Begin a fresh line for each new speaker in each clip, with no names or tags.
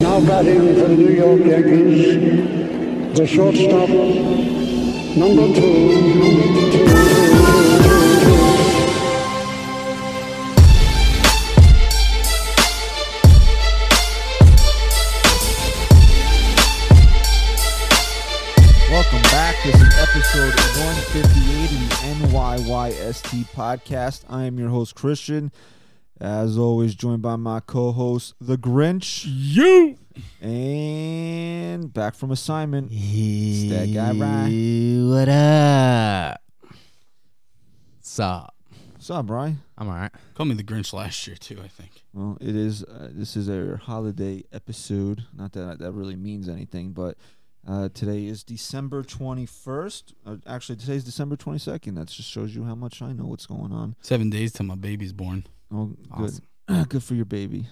now batting for the New York Yankees, the shortstop, number two.
Welcome back. This is episode 158 of the NYYST podcast. I am your host, Christian. As always, joined by my co host, The Grinch. You! And back from assignment. It's that guy, Ryan.
What up? Sup?
What's up, Ryan?
I'm alright.
Call me the Grinch last year too. I think.
Well, it is. Uh, this is our holiday episode. Not that that really means anything, but uh, today is December 21st. Uh, actually, today's December 22nd. That just shows you how much I know what's going on.
Seven days till my baby's born.
Oh, good. good for your baby.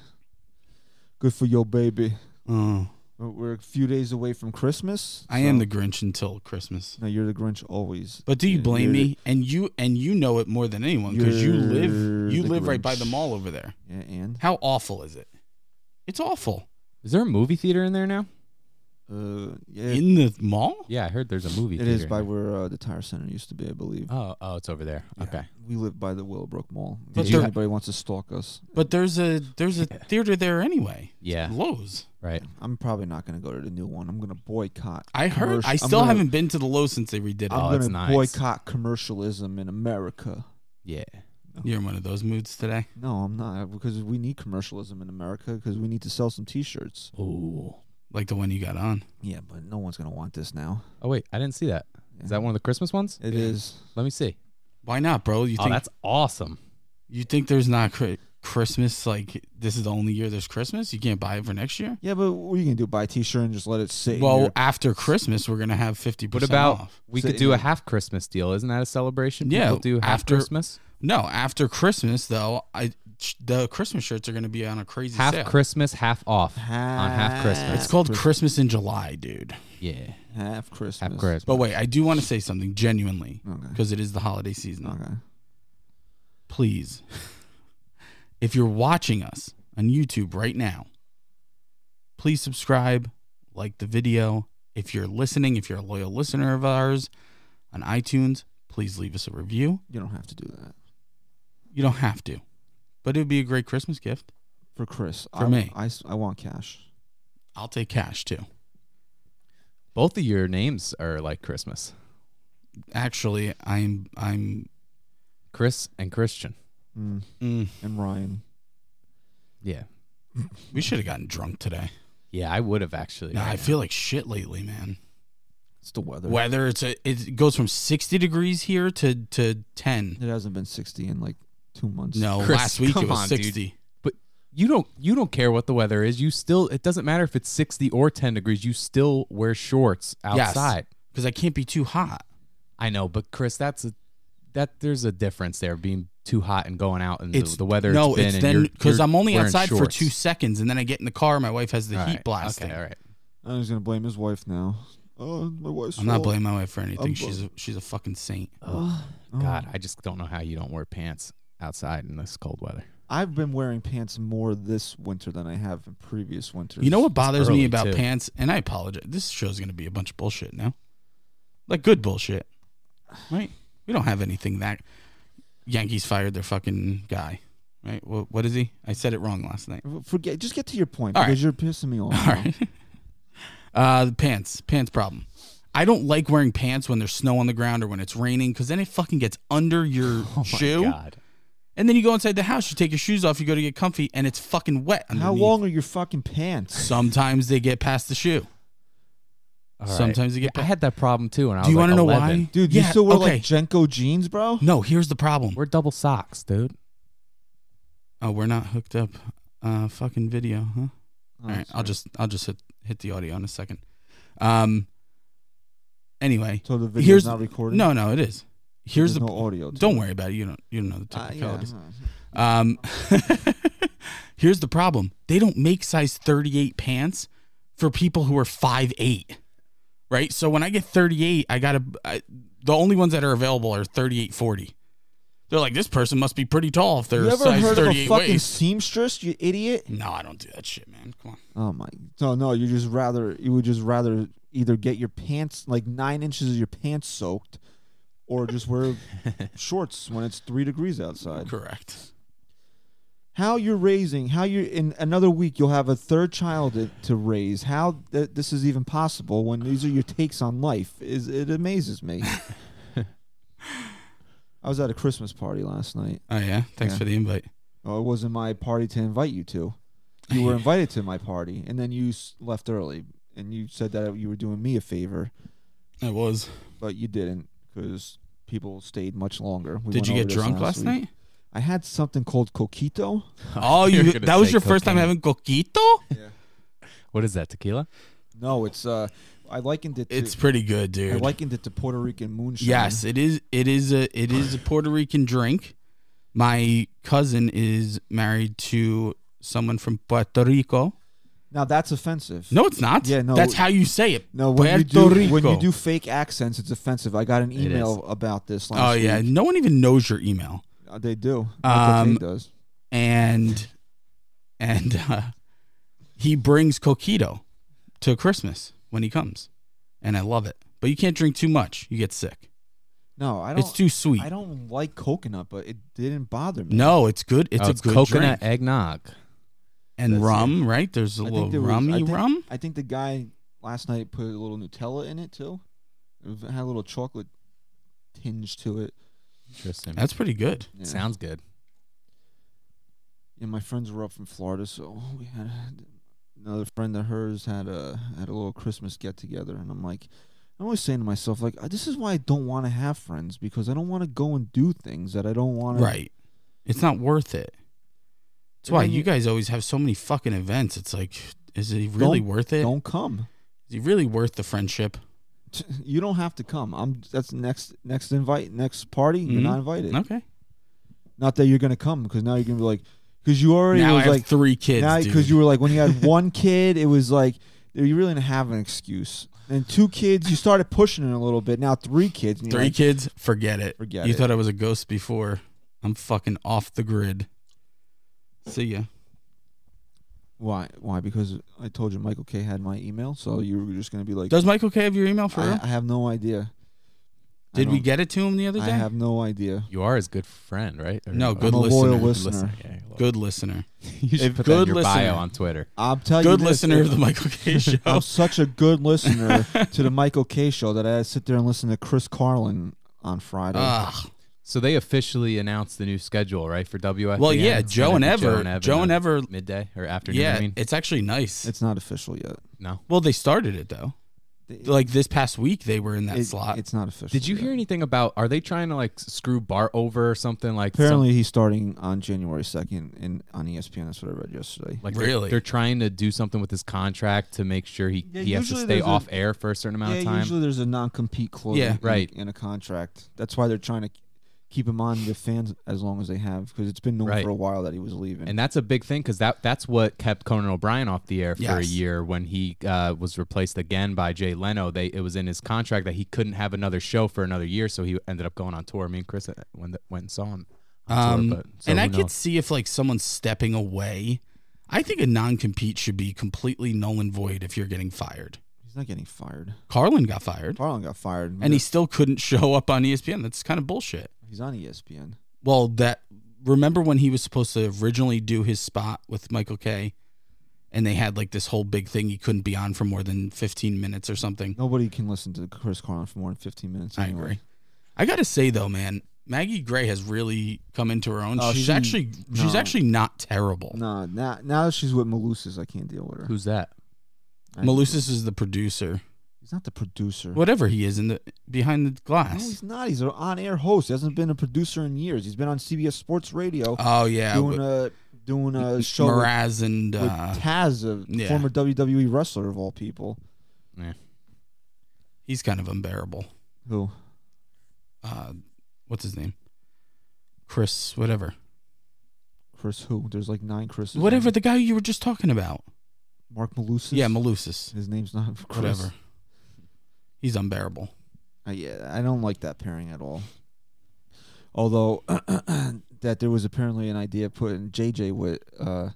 Good for your baby.
Oh,
We're- We're a few days away from Christmas.
I am
so-
the Grinch until Christmas.
No, you're the Grinch always.
But do you
You're-
blame
you're-
me? And you and you know it more than anyone because you live
You're
you
the
live right by
Grinch.
the mall over there.
Yeah, and
How awful is it? It's awful
Is there a movie theater in there now?
uh, yeah,
in the mall.
Yeah, I heard there's a movie
it
theater.
is
in
by
there.
where uh, the tire center used to be, I believe.
Oh, oh, it's over there. Okay.
We live by the Willowbrook Mall.
But
if
there-
anybody wants to stalk us,
But there's a there's a theater there anyway.
Yeah.
Lowe's.
Right.
I'm probably not going to go to the new one. I'm going to boycott.
I heard.
commercial-
I
I'm
still
gonna-
haven't been to the Lowe's since they redid it.
I'm
Oh,
going
it's
to
nice.
boycott commercialism in America.
Yeah.
You're in one of those moods today.
No, I'm not because we need commercialism in America because we need to sell some T-shirts.
Oh.
Like the one you got on.
Yeah, but no one's going to want this now.
Oh wait, I didn't see that. Is
Yeah.
that one of the Christmas ones?
It is.
Let me see.
Why not, bro? You
oh,
think
that's awesome.
you think there's not cri- Christmas? Like this is the only year there's Christmas. You can't buy it for next year.
Yeah, but what are you gonna do? Buy a T-shirt and just let it sit? in
Well,
your-
after Christmas, we're gonna have fifty
What
percent
about
off.
we
So
could
it
do a
is-
half Christmas deal? Isn't that a celebration?
Yeah,
People do half
after-
Christmas.
No, after Christmas though, I sh- the Christmas shirts are gonna be on a crazy
Half
sale.
Christmas, half off on half
Half-
Christmas.
it's called Christmas in July, dude.
yeah,
half Christmas.
half Christmas.
But wait, I do want to say something genuinely
Okay.
because it is the holiday season.
Okay.
Please, if you're watching us on YouTube right now, please subscribe, like the video. If you're listening, if you're a loyal listener of ours on iTunes, please leave us a review.
You don't have to do that
You don't have to, but it would be a great Christmas gift.
for Chris.
For
I,
me.
I, s- I want cash.
I'll take cash too.
Both of your names are like Christmas,
Actually, I'm I'm
Chris and Christian.
Mm,
mm,
and Ryan.
Yeah,
we should have gotten drunk today.
yeah, I would have actually.
Nah, I feel like shit lately, man.
It's the weather.
Whether it's a, it goes from 60 degrees here to to 10.
It hasn't been sixty in like two months.
No,
Chris,
last week
come
it was
on, dude.
60.
you don't you don't care what the weather is. You still it doesn't matter if it's sixty or ten degrees. You still wear shorts
Yes.
outside.
Cuz I can't be too hot.
I know, but Chris, that's a that there's a difference there being too hot and going out and the- the, weather.
No,
been
it's
and
then
you're-
cuz
you're
I'm only
wearing
outside for
shorts.
2 seconds and then I get in the car, my wife has the
All
heat
right,
blasting.
Okay, all right.
I'm just gonna blame his wife now. Oh, my wife's.
I'm not
fault.
blaming my wife for anything.
I'm bl-
she's a, she's a fucking saint.
Oh, oh.
God, I just don't know how you don't wear pants outside in this cold weather.
I've been wearing pants more this winter than I have in previous winters.
You know what bothers
early,
me about
too.
pants? And I apologize. This show's going to be a bunch of bullshit now. Like good bullshit. Right? We don't have anything that Yankees fired their fucking guy. Right? What, what is he? I said it wrong last night.
Forget. Just get to your point
All right.
because you're pissing me off.
All
now.
right. Uh, the pants. Pants problem. I don't like wearing pants when there's snow on the ground or when it's raining because then it fucking gets under your
Oh
shoe.
Oh God.
And then you go inside the house, you take your shoes off, you go to get comfy, and it's fucking wet. Underneath.
How long are your fucking pants?
Sometimes they get past the shoe.
All right.
Sometimes you get
I
pa-
had that problem too, and I
Do you
want to
know why?
Dude, you
Yeah,
still wear
okay.
like Jenko jeans, bro?
No, here's the problem.
We're double socks, dude.
oh, we're not hooked up. Uh, fucking video, huh?
Oh,
All right, I'll just I'll just hit hit the audio in a second. Um. Anyway,
So the video's
here's
not recorded.
no, no, it is. Here's
There's
the.
no audio. to
don't
it.
worry about it. You don't you don't know the
Ah, yeah,
technicalities.
huh.
Um. here's the problem. They don't make size 38 pants for people who are 5'8", right? So when I get 38, I gotta. I, the only ones that are available are 38, 40. They're like, this person must be pretty tall if they're
You
a
ever
size
heard of a
38
fucking
waist.
seamstress, you idiot?
No, I don't do that shit, man. Come on.
Oh my! No, no. You just rather you would just rather either get your pants like nine inches of your pants soaked, or just wear shorts when it's three degrees outside.
Correct.
How you're raising? How you in another week you'll have a third child to, to raise? How th- this is even possible when these are your takes on life? Is it amazes me. I was at a Christmas party last night.
Oh yeah. Thanks
Yeah.
for the invite.
Oh, it wasn't my party to invite you to. You were invited to my party, and then you s- left early, and you said that you were doing me a favor,
I was.
but you didn't because people stayed much longer. We
Did
went
you
over
get
this
drunk last
week.
night?
I had something called coquito.
Oh,
You're
you.
gonna
That was
say
your first time
cocaine.
having coquito.
What is that? Tequila?
No, it's uh, I likened it. To,
It's pretty good, dude.
I likened it to Puerto Rican moonshine.
Yes, it is. It is a it is a Puerto Rican drink. My cousin is married to someone from Puerto Rico.
Now that's offensive.
No, it's not.
Yeah, no.
That's how you say it.
No, when you do
Puerto Rico.
when you do fake accents, it's offensive. I got an
It
email about this last
Oh yeah,
week.
no one even knows your email.
Uh, they do.
Um,
Um, does.
And and uh, he brings coquito to Christmas when he comes, and I love it. But you can't drink too much; you get sick.
No, I don't.
It's too sweet.
I don't like coconut, but it didn't bother me.
No, it's good. It's
Oh,
a
it's
good
coconut
drink.
eggnog.
and
That's it.
rum. Right? There's a
I
little
there was-
rummy
I think,
rum.
I think the guy last night put a little Nutella in it too. It had a little chocolate tinge to it.
Interesting.
That's pretty good.
Yeah.
Sounds good.
Yeah, my friends were up from Florida, so we had another friend of hers had a had a little Christmas get together, and I'm like, I'm always saying to myself, like, this is why I don't want to have friends because I don't want to go and do things that I don't want to.
Right. It's not worth it. That's
And
why
then
you
you-
guys always have so many fucking events. It's like, is it really worth it?
Don't come.
Is it really worth the friendship?
You don't have to come. I'm. That's next next invite next party. You're
Mhm.
not invited.
Okay.
Not that you're gonna come because now you're gonna be like, because you already
now I
was
have
like
three kids.
now
dude.
because you were like when you had one kid, it was like you really didn't have an excuse. And two kids, you started pushing it a little bit. Now three kids, and you're
three
like,
kids, forget it.
Forget
you
it.
thought I was a ghost before. I'm fucking off the grid. See ya.
Why? Why? Because I told you Michael K had my email, so you were just gonna be like,
Does Michael K have your email for
I,
real?
I have no idea. I
Did we
don't-
get it to him the other
I
day?
have no idea.
You are his good friend, right? Or-
No,
or-
I'm
good
a
listener.
loyal
Good
listener.
Yeah, you're
Good listener.
You should
If
put that in
good
your
listener-
bio on Twitter.
I'm telling you,
Good
this,
listener
if-
of the Michael K show.
I'm such a good listener to the Michael K show that I had to sit there and listen to Chris Carlin on Friday.
Ugh.
So they officially announced the new schedule, right, for WFAN?
Well, yeah,
It's
Joe
gonna
and
be
Ever. Joe and
uh,
Ever.
midday or afternoon. I
Yeah,
mean,
it's actually nice.
it's not official yet.
no.
Well, they started it though. Like this past week, they were in that
It-
slot.
It's not official.
Did you
yet.
hear anything about? Are they trying to like s- screw Bart over or something like? some-
Apparently, he's starting on January second in on E ESPN. That's what I read yesterday.
like they're-
Really?
they're, trying to do something with his contract to make sure he,
Yeah,
he has to
usually
stay
there's a-
off air for a certain amount
yeah,
of time.
usually there's a non-compete clause.
Yeah,
in-
right.
in a contract. That's why they're trying to keep him on with fans as long as they have, because it's been known
Right.
for a while that he was leaving.
and that's a big thing because that that's what kept Conan O'Brien off the air for a
Yes.
year when he uh, was replaced again by Jay Leno. They it was in his contract that he couldn't have another show for another year, so he ended up going on tour. Me and Chris uh, went went and saw him. on
um,
tour, but- so
and
who
I could
knows?
see if like someone's stepping away. I think a non-compete should be completely null and void if you're getting fired.
he's not getting fired.
Carlin got fired,
Carlin got fired,
and he still couldn't show up on E ESPN. That's kind of bullshit.
he's on E ESPN.
Well, that remember when he was supposed to originally do his spot with Michael K, and they had like this whole big thing he couldn't be on for more than 15 minutes or something.
Nobody can listen to Chris Carlin for more than 15 minutes.
I
anyway.
agree. I gotta say though, man, Maggie Gray has really come into her own.
Oh,
she's
she-
actually she's
no.
actually not terrible.
No, now now that she's with Malusis, I can't deal with her.
who's that.
I-
Malusis is the producer,
He's not the producer.
whatever he is in the behind the
No,
glass.
he's not. He's an on-air host. He hasn't been a producer in years. He's been on CBS Sports Radio
oh yeah,
doing
with
a doing a show with,
Mraz and
with
uh,
Taz, a
yeah.
former WWE wrestler of all people.
he's kind of unbearable.
Who?
Uh, what's his name? Chris, whatever,
Chris? Who? There's like nine Chris's.
whatever the guy you were just talking about.
Mark Malusis.
Yeah, Malusis,
his name's not Chris.
whatever. He's unbearable.
Uh, yeah, I don't like that pairing at all. Although that there was apparently an idea of putting JJ with uh,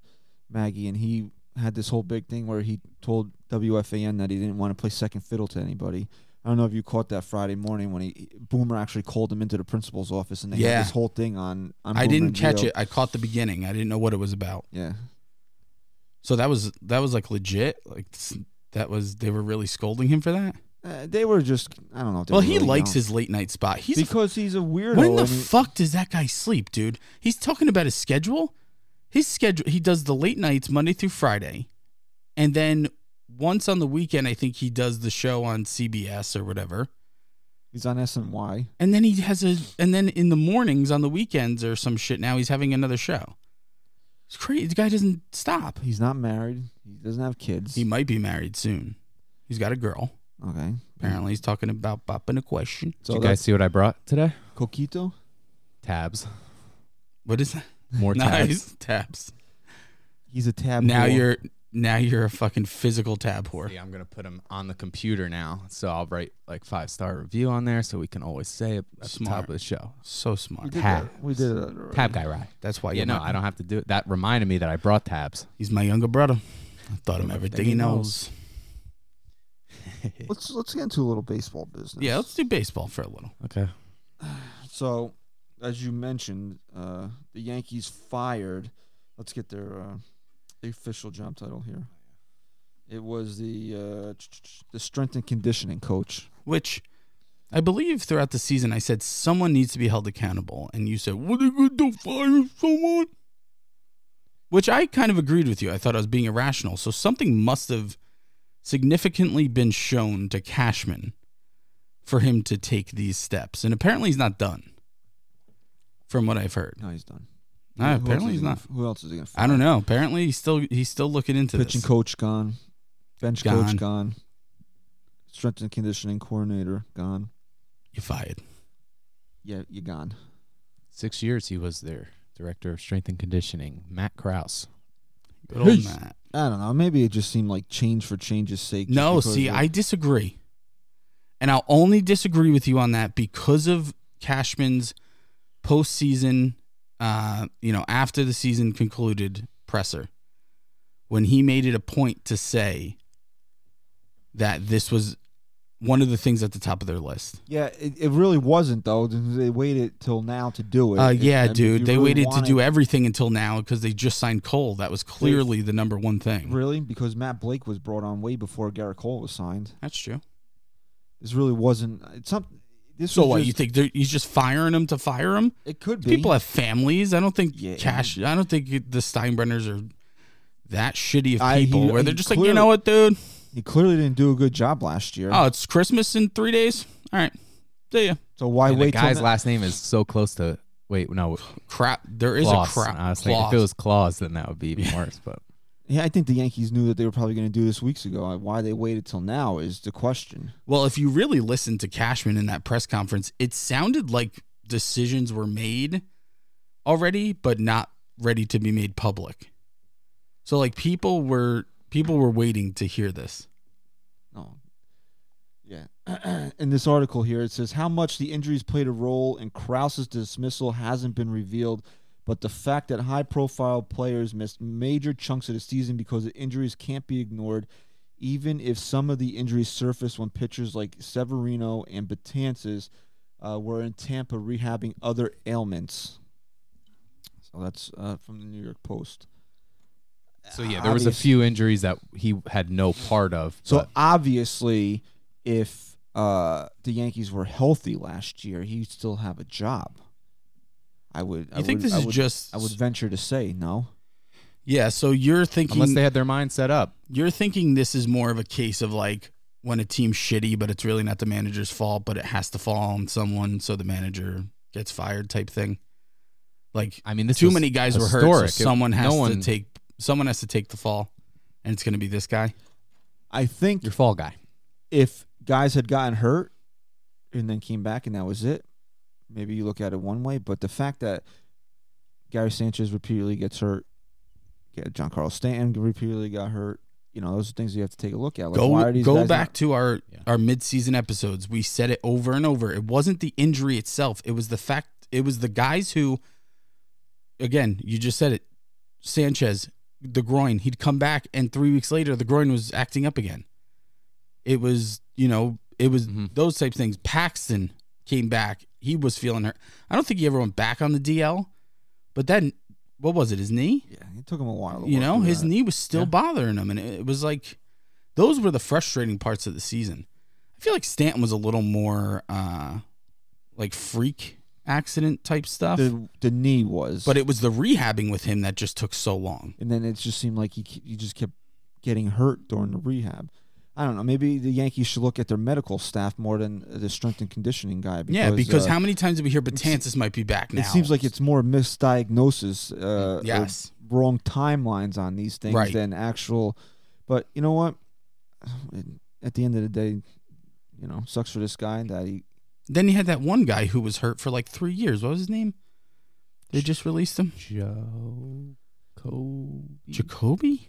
Maggie, and he had this whole big thing where he told WFAN that he didn't want to play second fiddle to anybody. I don't know if you caught that Friday morning when he Boomer actually called him into the principal's office, and they
Yeah.
had this whole thing on. on
I
Boomer
didn't
and
catch
Geo.
it. I caught the beginning. I didn't know what it was about.
Yeah,
So that was that was like legit. Like s- that was they were really scolding him for that.
Uh, they were just I don't know. they
well,
were
he
really
likes
young.
his late night spot. He's a
because he's a weirdo.
When the
I mean-
fuck does that guy sleep, dude? He's talking about his schedule. His schedule. He does the late nights Monday through Friday, and then once on the weekend, I think he does the show on CBS or whatever.
he's on SNY.
And then he has a. And then in the mornings on the weekends or some shit. Now he's having another show. It's crazy. The guy doesn't stop.
He's not married. He doesn't have kids.
He might be married soon. He's got a girl.
okay.
Apparently, he's talking about popping a question.
Did
So
you guys see what I brought today?
that's Coquito.
Tabs.
What is that?
More tabs.
Nice tabs.
He's a tab.
Now
whore.
you're now you're a fucking physical tab whore.
Yeah, I'm gonna put them on the computer now, so I'll write like five star review on there, so we can always say it at the
Smart.
top of the show.
So
We
smart.
did
tab.
that. We did it. already.
Tab guy, right?
That's why
Yeah,
you're
no,
my-
I don't have to do it. That reminded me that I brought tabs.
He's my younger brother. I thought him everything he knows.
Let's let's get into a little baseball business.
Yeah, let's do baseball for a little.
Okay.
So, as you mentioned, uh, the Yankees fired. Let's get their uh, the official job title here. It was the uh, ch- ch- ch- the strength and conditioning coach.
Which I believe throughout the season I said someone needs to be held accountable, and you said, What are you gonna do? Fire someone? Which I kind of agreed with you. I thought I was being irrational. So something must have significantly been shown to Cashman for him to take these steps. And apparently he's not done. From what I've heard.
No, he's done.
No,
Who else
apparently
is
he's
he
not.
gonna- Who else is he going to?
I don't know. Apparently he's still he's still looking into
Pitching
this.
coach gone. Bench
Gone.
coach gone. Strength and conditioning coordinator gone.
you fired.
Yeah, you gone.
Six years he was their director of strength and conditioning, Matt Kraus.
Good old
Peace.
Matt.
I don't know. Maybe it just seemed like change for change's sake. just
No,
because
see,
of-
I disagree. And I'll only disagree with you on that because of Cashman's postseason, uh, you know, after the season concluded presser, when he made it a point to say that this was one of the things at the top of their list.
yeah, it, it really wasn't though. They waited till now to do it.
Uh,
If- I
yeah,
mean, if you
dude, they
really
waited to
wanted-
do everything until now because they just signed Cole. That was clearly the number one thing.
Really, because Matt Blake was brought on way before Garrett Cole was signed.
That's true.
This really wasn't. It's not. This
So
was
what
just-
you think? they're- He's just firing him to fire him?
It could be.
People have families. I don't think
Yeah.
cash. I don't think the Steinbrenners are that shitty of
I- he-
people where
he
they're just like,
clearly-
you know what, dude?
he clearly didn't do a good job last year.
Oh, it's Christmas in three days. All right, see ya.
so why
And
wait?
the guy's
till now?
last name is so close to. Wait, no,
Crap. There is
Claus.
a crap.
I was thinking if it
clause.
was Claus, then that would be even worse. But
Yeah, I think the Yankees knew that they were probably going to do this weeks ago. Why they waited till now is the question.
well, if you really listened to Cashman in that press conference, it sounded like decisions were made already, but not ready to be made public. So like people were people were waiting to hear this.
Oh. Yeah. in this article here, it says how much the injuries played a role in Krause's dismissal hasn't been revealed, but the fact that high profile players missed major chunks of the season because of injuries can't be ignored, even if some of the injuries surfaced when pitchers like Severino and Batances uh, were in Tampa rehabbing other ailments. So that's uh, from the New York Post.
so yeah, there was a
Obvious-
few injuries that he had no part of.
So
but-
obviously, if uh, the Yankees were healthy last year, he'd still have a job. I would. I
You think
would-
this
I
is
would-
just
I would venture to say no.
Yeah, so you're thinking
unless they had their mind set up,
you're thinking this is more of a case of like when a team's shitty, but it's really not the manager's fault, but it has to fall on someone, so the manager gets fired type thing. Like
I mean, this
too
was
many guys were hurt,
historic.
so
It-
someone has
no
to
one-
take someone has to take the fall, and it's going to be this guy.
I think
your fall guy.
if guys had gotten hurt and then came back and that was it, maybe you look at it one way. But the fact that Gary Sanchez repeatedly gets hurt, yeah, John Carl Stanton repeatedly got hurt. You know, those are things you have to take a look at. Like, why
go
are these
go
guys
back to our
Yeah.
our midseason episodes. We said it over and over. It wasn't the injury itself. It was the fact it was the guys who, again, you just said it, Sanchez, the groin. He'd come back, and three weeks later, the groin was acting up again. It was, you know, it was
Mm-hmm.
Mhm.
those types of things. Paxton came back. He was feeling hurt. I don't think he ever went back on the DL, but then what was it? His knee?
Yeah, it took him a while. to
you
work
know
through
his
Oh, that.
knee was still
Yeah.
bothering him and it was like those were the frustrating parts of the season i feel like stanton was a little more uh like freak accident type stuff
The, the knee was,
but it was the rehabbing with him that just took so long
and then it just seemed like he ke- he just kept getting hurt during the rehab. I don't know. Maybe the Yankees should look at their medical staff more than the strength and conditioning guy. Because,
yeah because
uh,
how many times did we hear Batantis might be back now
it seems like it's more misdiagnosis, uh, or
Yes.
wrong timelines on these things
Right.
than actual. But you know what? At the end of the day, you know, sucks for this guy that he
then you had that one guy who was hurt for like three years what was his name they just released him
Joe Kobe.
jacoby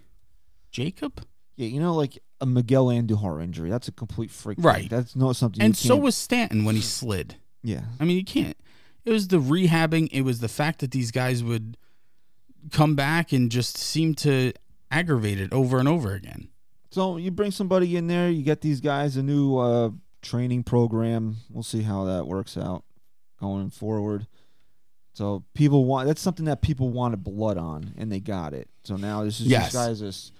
jacob
Yeah, you know, like a Miguel Andujar injury. That's a complete freak. out.
Right.
That's not something. you
and so
can't-
was stanton when he slid
yeah.
I mean, you can't. It was the rehabbing. It was the fact that these guys would come back and just seem to aggravate it over and over again.
So you bring somebody in there, you get these guys a new uh, training program. We'll see how that works out going forward. So people want that's something that people wanted blood on, and they got it. So now this is
Yes.
this guy's just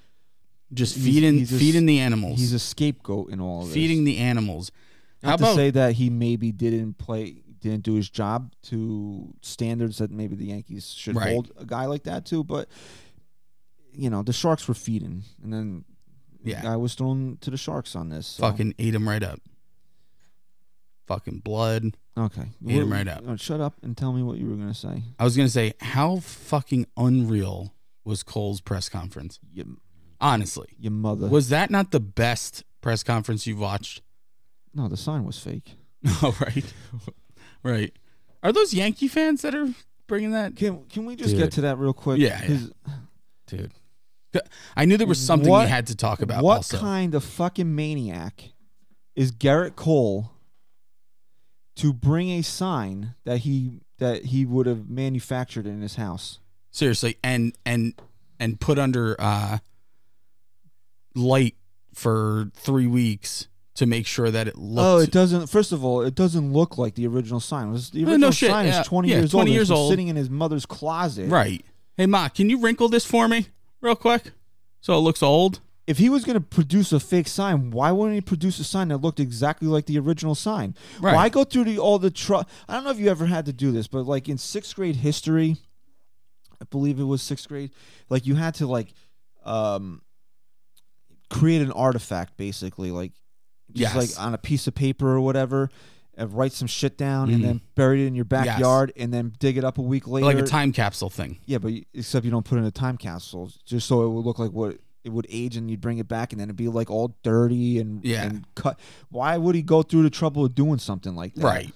Just
He's-
feeding,
he's a-
feeding the animals.
he's a scapegoat in all of this.
feeding the animals. How
Not to
about
say that he maybe didn't play, didn't do his job to standards that maybe the Yankees should
Right.
hold a guy like that to, but you know the Sharks were feeding, and then
Yeah.
the guy was thrown to the Sharks on this. so-
fucking ate him right up? Fucking blood.
okay,
Eat 'em
What-
right up.
oh, shut up and tell me what you were gonna say.
I was gonna say, how fucking unreal was Cole's press conference?
Your,
Honestly,
your mother
was that not the best press conference you've watched?
no, the sign was fake.
Oh, right. right. Are those Yankee fans that are bringing that?
Can can we just
Dude.
get to that real quick?
Yeah, yeah.
'Cause
Dude.
I knew there was something
What-
we had to talk about.
What
also.
kind of fucking maniac is Garrett Cole to bring a sign that he that he would have manufactured in his house?
Seriously, and and and put under uh, light for three weeks to make sure that it looks.
Oh, it doesn't. First of all, it doesn't look like the original sign. This- The
no
original
shit,
sign
yeah,
is twenty
yeah,
years
20
old.
years
it's
old.
sitting in his mother's closet.
right. Hey, Ma, can you wrinkle this for me real quick so it looks old?
If he was going to produce a fake sign, why wouldn't he produce a sign that looked exactly like the original sign?
Right.
Why go through the, all the tr I don't know if you ever had to do this, but like in sixth grade history, I believe it was sixth grade. Like you had to like um create an artifact basically, like just
Yes.
like on a piece of paper or whatever, and write some shit down and
Mhm.
then bury it in your backyard and then dig it up a week later.
Like a time capsule thing.
Yeah, but you- except you don't put in a time capsule, just so it would look like what it would age, and you'd bring it back, and then it'd be like all dirty and
Yeah.
and cut. Why would he go through the trouble of doing something like that?
Right.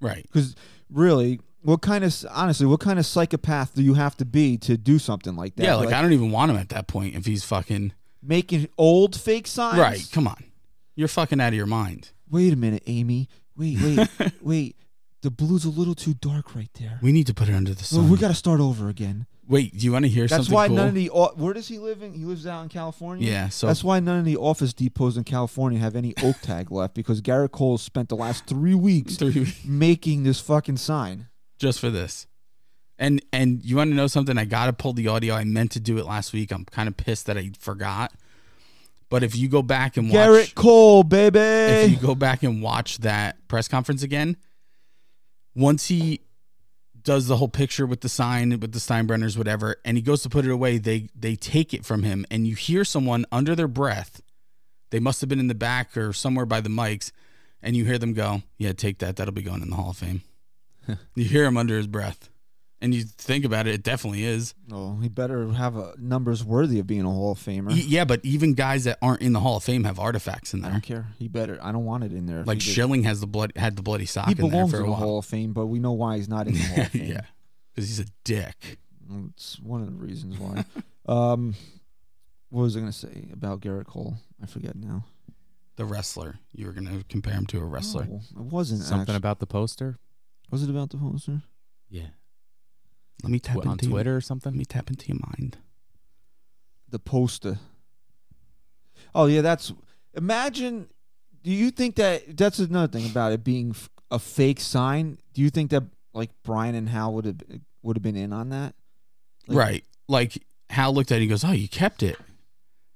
Right.
Because really, what kind of honestly, what kind of psychopath do you have to be to do something like that?
Yeah, like, I don't even want him at that point if he's fucking
making old fake signs.
right. Come on, you're fucking out of your mind.
Wait a minute, Amy. Wait, wait, wait. The blue's a little too dark right there.
We need to put it under the sun.
Well, we got to start over again.
Wait, do you want to hear
That's
something?
why
cool?
none of the au- where does he live in? He lives out in California.
yeah. So
That's why none of the office depots in California have any oak tag left because Garrett Cole spent the last three weeks
three
making this fucking sign.
just for this. And and you want to know something? I gotta pull the audio. I meant to do it last week. I'm kind of pissed that I forgot. But if you go back and watch,
Garrett Cole, baby.
if you go back and watch that press conference again, once he does the whole picture with the sign with the Steinbrenners, whatever, and he goes to put it away, they they take it from him, and you hear someone under their breath. They must have been in the back or somewhere by the mics, and you hear them go, "Yeah, take that. That'll be going in the Hall of Fame." you hear him under his breath, and you think about it. It definitely is.
oh, he better have uh numbers worthy of being a Hall of Famer.
Y- E, Yeah, but even guys that aren't in the Hall of Fame have artifacts in
I
there.
don't care. He better. I don't want it in there. if
Like
he did-
Schilling has the blood had the bloody sock
He
in there
belongs
for
in
a
the
while.
Hall of Fame, but we know why he's not in the Hall of Fame.
yeah, because he's a dick.
Well, It's one of the reasons why. um, what was I going to say about Garrett Cole? I forget now.
The wrestler. You were gonna compare him to a wrestler.
No, Oh, it wasn't.
Something
Something
about the poster?
was it about the poster?
Yeah.
Let me tap
What, on
into your-
Twitter or something?
let me tap into your mind.
the poster. Oh yeah, that's. Imagine. Do you think that that's another thing about it being f- a fake sign? Do you think that like Brian and Hal would have would have been in on that? Like,
right. Like Hal looked at it and he goes, Oh, you kept it.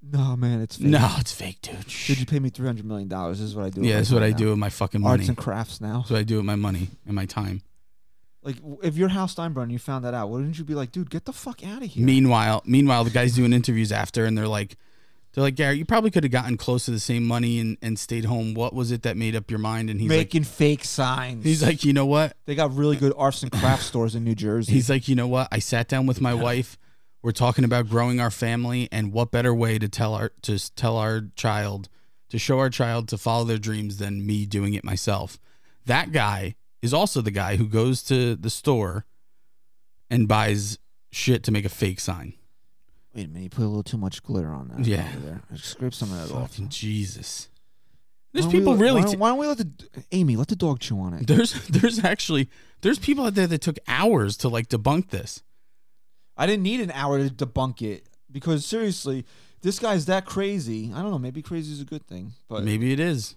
No, man, it's fake.
No, it's fake, dude.
Should
Shh.
you pay me three hundred million dollars? This is what I do. with
Yeah,
my
that's what
time
I
now.
do with my fucking
Arts
money.
and crafts now.
That's what I do with my money and my time.
Like, w- if you're Hal Steinbrenner and you found that out, wouldn't you be like, dude, get the fuck out of here?
Meanwhile, meanwhile, the guys doing interviews after, and they're like, they're like, Gary, you probably could have gotten close to the same money and, and stayed home. What was it that made up your mind? And he's like,
making fake signs.
he's like, you know what?
they got really good arts and crafts stores in New Jersey.
He's like, you know what? I sat down with my wife. We're talking about growing our family, and what better way to tell our to s- tell our child to show our child to follow their dreams than me doing it myself. That guy is also the guy who goes to the store and buys shit to make a fake sign.
Wait a minute, you put a little too much glitter on that.
Yeah.
over there. Scrape some of that off.
Fucking Jesus. There's
Why don't we
people
let-
really
Why, don't- why don't we let the Amy let the dog chew on it?
there's there's actually there's people out there that took hours to like debunk this.
I didn't need an hour to debunk it because seriously, this guy's that crazy. I don't know. Maybe crazy is a good thing, but
Maybe it is.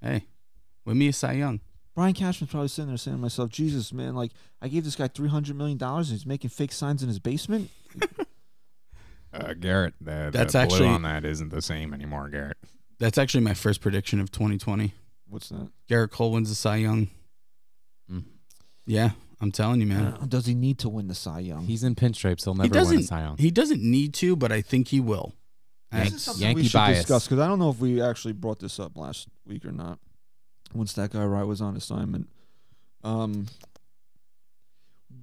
Hey, win me a Cy Young.
Brian Cashman's probably sitting there saying to myself, "Jesus, man! Like I gave this guy three hundred million dollars and he's making fake signs in his basement."
Uh, Garrett, the,
That's
the
actually-
blue on that isn't the same anymore, Garrett.
That's actually my first prediction of 2020.
What's that?
Garrett Cole wins the Cy Young.
Hmm.
Mm.
Yeah, I'm telling you, man.
Uh, Does he need to win the Cy Young?
He's in pinstripes. He'll
he
never win a
doesn't.
Cy Young.
He doesn't need to, but I think he will.
Yeah.
I-
This is something
Yankee
we should
bias.
discuss because I don't know if we actually brought this up last week or not. Once that guy Wright was on assignment, um,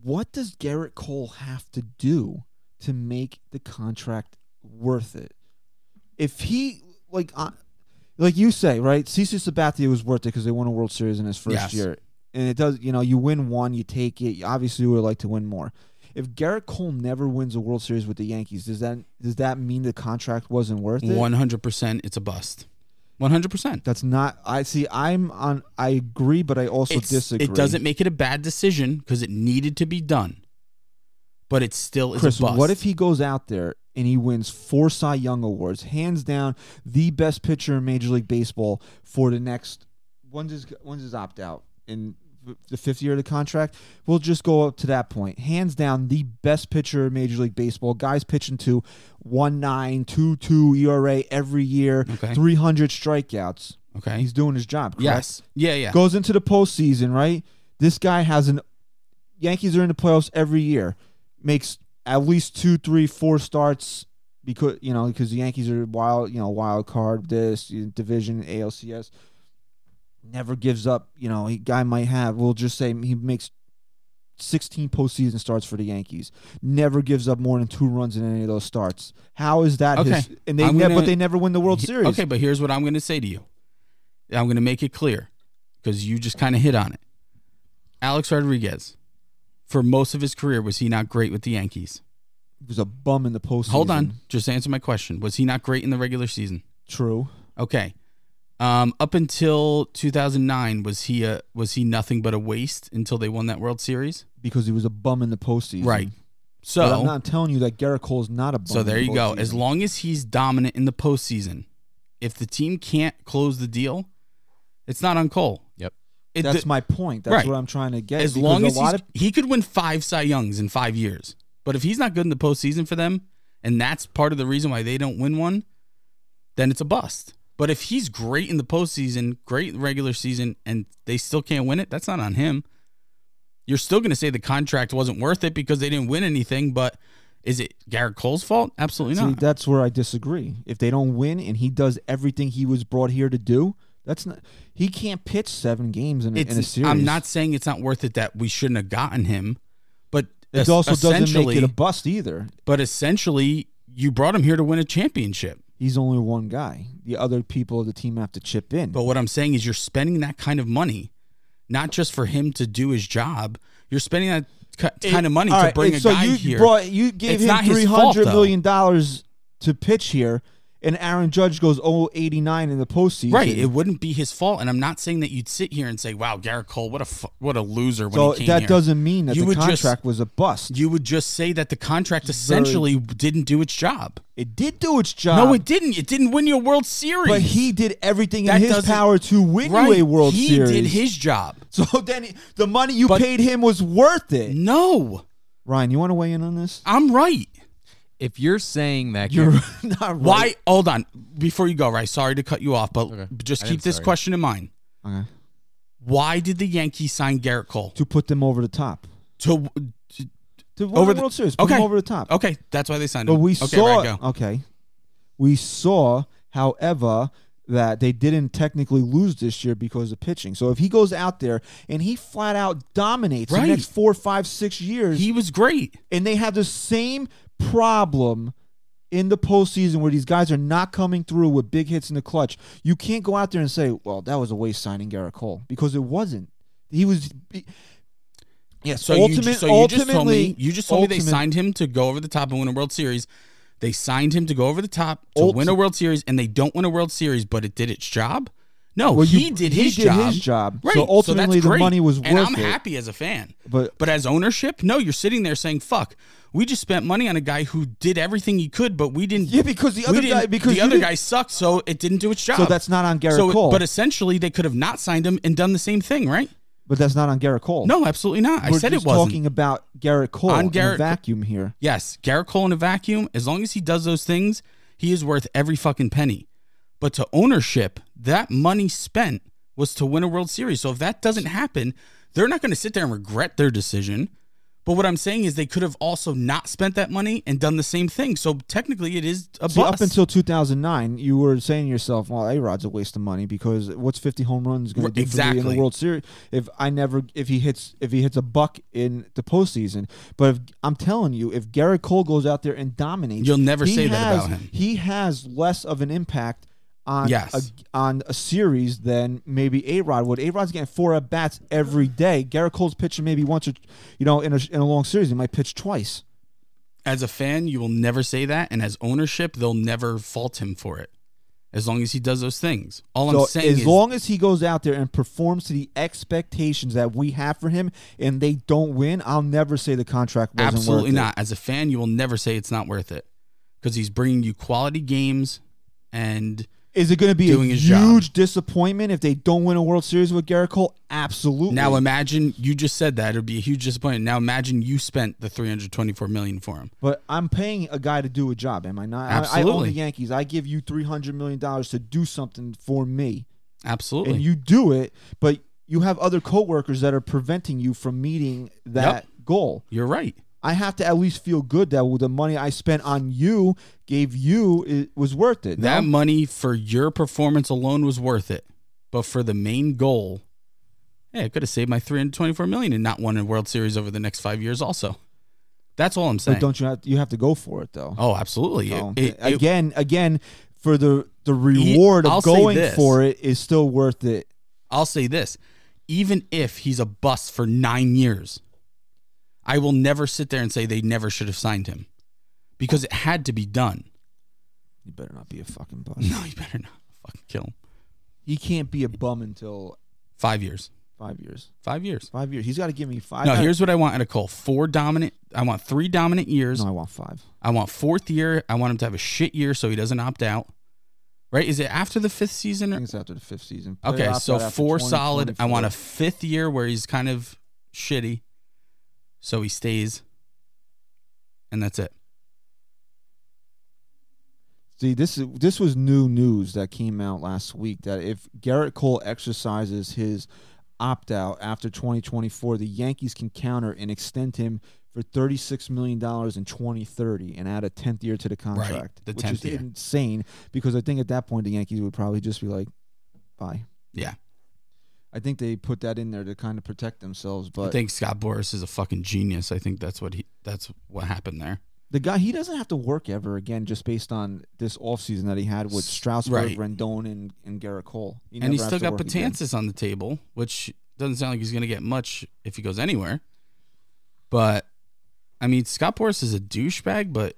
what does Garrett Cole have to do to make the contract worth it? If he like, uh, like you say, right? CC Sabathia was worth it because they won a World Series in his first
Yes.
year, and it does. You know, you win one, you take it. You obviously, would like to win more. If Garrett Cole never wins a World Series with the Yankees, does that does that mean the contract wasn't worth it?
100%, it's a bust. 100%.
That's not. I see. I'm on. I agree, but I also
It's-
disagree.
It doesn't make it a bad decision because it needed to be done, but it still is
Chris,
a bust.
what if he goes out there and he wins four Cy Young awards, hands down the best pitcher in Major League Baseball for the next when's his when's his opt out in the fifth year of the contract? We'll just go up to that point. Hands down the best pitcher in Major League Baseball. Guys pitching to one nine two two ERA every year,
Okay.
three hundred strikeouts.
Okay.
He's doing his job. Correct?
Yes. Yeah. Yeah.
goes into the postseason, right? This guy has an Yankees are in the playoffs every year, makes at least two, three, four starts because you know because the Yankees are wild, you know, wild card this you know, division ALCS. Never gives up. You know, a guy might have. We'll just say he makes. 16 postseason starts for the Yankees. Never gives up more than two runs in any of those starts. How is that?
Okay.
His, and they
I'm
ne-
gonna-
but they never win the World
He-
Series.
Okay, but here's what I'm going to say to you. I'm going to make it clear because you just kind of hit on it. Alex Rodriguez, for most of his career, was he not great with the Yankees?
He was a bum in the postseason.
Hold on, just answer my question. Was he not great in the regular season?
True.
Okay. Um, up until 2009, was he a, was he nothing but a waste until they won that World Series?
because he was a bum in the postseason.
Right. So
But I'm not telling you that Garrett Cole's not a bum.
So
in the
there you go. As
postseason.
long as he's dominant in the postseason, if the team can't close the deal, it's not on Cole.
Yep.
It-
that's
the-
my point. That's
Right.
what I'm trying to get.
as
because
long
a
as
lot
he's-
of
he could win five Cy Youngs in five years, but if he's not good in the postseason for them, and that's part of the reason why they don't win one, then it's a bust. But if he's great in the postseason, great in the regular season, and they still can't win it, that's not on him. You're still going to say the contract wasn't worth it because they didn't win anything, but is it Garrett Cole's fault? Absolutely
see,
not.
that's where I disagree. If they don't win and he does everything he was brought here to do, that's not. He can't pitch seven games in, a- in a
it's
series.
I'm not saying it's not worth it that we shouldn't have gotten him, but
It
es-
also doesn't make it
essentially-
a bust either.
but essentially you brought him here to win a championship.
He's only one guy. The other people of the team have to chip in.
But what I'm saying is you're spending that kind of money, not just for him to do his job. You're spending that ki- kind of money
All
to
right,
bring
and
a
so
guy
you
here.
Brought, you gave
It's
him
not his
three
fault,
hundred million dollars to pitch here, and Aaron Judge goes 089 in the postseason.
Right, it wouldn't be his fault, and I'm not saying that you'd sit here and say, "Wow, Garrett Cole, what a fu- what a loser." When
so
he came
that
here.
doesn't mean that
You
the
would just-
contract was a bust.
You would just say that the contract essentially didn't do its job.
it did do its job.
no, it didn't. It didn't win you a World Series.
But he did everything in
That
his
doesn't-
power to win
right.
you a World
he
Series.
did his job.
so then he- the money you
But-
paid him was worth it.
No,
Ryan, you want to weigh in on this?
I'm right.
If you're saying that
You're
Garrett-
not right.
Why? Hold on. Before you go, right? Sorry to cut you off, but
Okay.
just
I
keep
am
this
sorry.
question in mind.
Okay.
Why did the Yankees sign Garrett Cole?
To put them over the top.
To,
To win
Over
the
the-
World Series. Put
okay.
them over the top.
okay, that's why they signed him.
But we
okay,
saw.
right, go.
okay. We saw, however, that they didn't technically lose this year because of pitching. So if he goes out there and he flat out dominates the
Right.
next four, five, six years,
He was great.
and they have the same problem in the postseason where these guys are not coming through with big hits in the clutch, you can't go out there and say, "Well, that was a waste signing Garrett Cole," because it wasn't. He was. Yeah,
So you, so you just told me you just told me they signed him to go over the top and win a World Series. They signed him to go over the top to
Ulti-
win a World Series, and they don't win a World Series, but it did its job. No,
Well, you-
he did
he
his
did
job.
his job. So
Right.
ultimately,
that's
the
great.
money was
and
worth
I'm
it.
happy as a fan.
But-
but as ownership, no, you're sitting there saying, "Fuck, we just spent money on a guy who did everything he could, but we didn't."
Yeah, because the
we
other
didn't-
guy- because
the
you
other
didn't-
guy sucked, so it didn't do its job.
So that's not on Garrett
So it-
Cole.
But essentially, they could have not signed him and done the same thing, right?
But that's not on Garrett Cole.
No, absolutely not.
We're
I said
just
it wasn't.
talking about Garrett Cole
On
in a
Garrett-
vacuum here.
Yes, Garrett Cole in a vacuum, as long as he does those things, he is worth every fucking penny. But to ownership, that money spent was to win a World Series. So if that doesn't happen, they're not going to sit there and regret their decision. But what I'm saying is they could have also not spent that money and done the same thing. So technically, it is a
See,
bust.
up until 2009, you were saying to yourself, "Well, A Rod's a waste of money because what's 50 home runs going to
Right,
do for me in
exactly.
the World Series if I never if he hits if he hits a buck in the postseason?" But if, I'm telling you, if Garrett Cole goes out there and dominates,
You'll never
he
say that
has,
about him.
He has less of an impact on
Yes.
a, on a series than maybe A Rod would. A Rod's getting four at bats every day. Garrett Cole's pitching maybe once or you know in a in a long series he might pitch twice.
as a fan, you will never say that, and as ownership, they'll never fault him for it. As long as he does those things, all I'm
So
saying
as
is
long as he goes out there and performs to the expectations that we have for him, and they don't win, I'll never say the contract wasn't
Absolutely
worth it.
not. As a fan, you will never say it's not worth it because he's bringing you quality games, and
Is it going to be
Doing
a
his job.
huge disappointment if they don't win a World Series with Garrett Cole? Absolutely.
now imagine you just said that it'd be a huge disappointment. Now imagine you spent the three hundred twenty-four million for him.
but I'm paying a guy to do a job, am I not? I- I, own
Absolutely.
the Yankees. I give you three hundred million dollars to do something for me,
Absolutely,
and you do it. But you have other coworkers that are preventing you from meeting that goal.
you, are right.
I have to at least feel good that the money I spent on you gave you it was worth it.
That
no?
money for your performance alone was worth it, but for the main goal, hey, I could have saved my three hundred twenty-four million and not won a World Series over the next five years. Also, that's all I'm saying.
but don't you have you have to go for it though?
oh, absolutely. It-
So,
it- it-
again, again, for the the reward
I'll
of
say
going
this.
for it is still worth it.
I'll say this even if he's a bust for nine years, I will never sit there and say they never should have signed him because it had to be done.
You better not be a fucking bum.
No, you better not fucking kill him.
He can't be a bum until
Five years.
five years.
Five years.
Five years. He's got to give me five.
No,
I-
here's what I want out of Cole four dominant. I want three dominant years.
no. I want five.
I want fourth year. I want him to have a shit year so he doesn't opt out. Right? Is it after the fifth season?
I think
Or?
it's after the fifth season. Player
Okay,
opt
so
out after
four
20,
solid. I want
24.
a fifth year where he's kind of shitty so he stays. And that's it.
See, this is this was new news that came out last week that if Garrett Cole exercises his opt out after 2024, the Yankees can counter and extend him for 36 million dollars in 2030 and add a 10th year to the contract,
the
which
10th
is
year.
insane because I think at that point the Yankees would probably just be like, bye.
Yeah.
I think they put that in there to kind of protect themselves,
I
but
think Scott Boris is a fucking genius. I think that's what he that's what happened there.
the guy he doesn't have to work ever again just based on this offseason that he had with Strasburg,
right.
Rendon, and, and Garrett Cole. He
and
never
he's
has
still
to
got
work again.
Patansis on the table, which doesn't sound like he's going to get much if he goes anywhere. But I mean, Scott Boris is a douchebag, but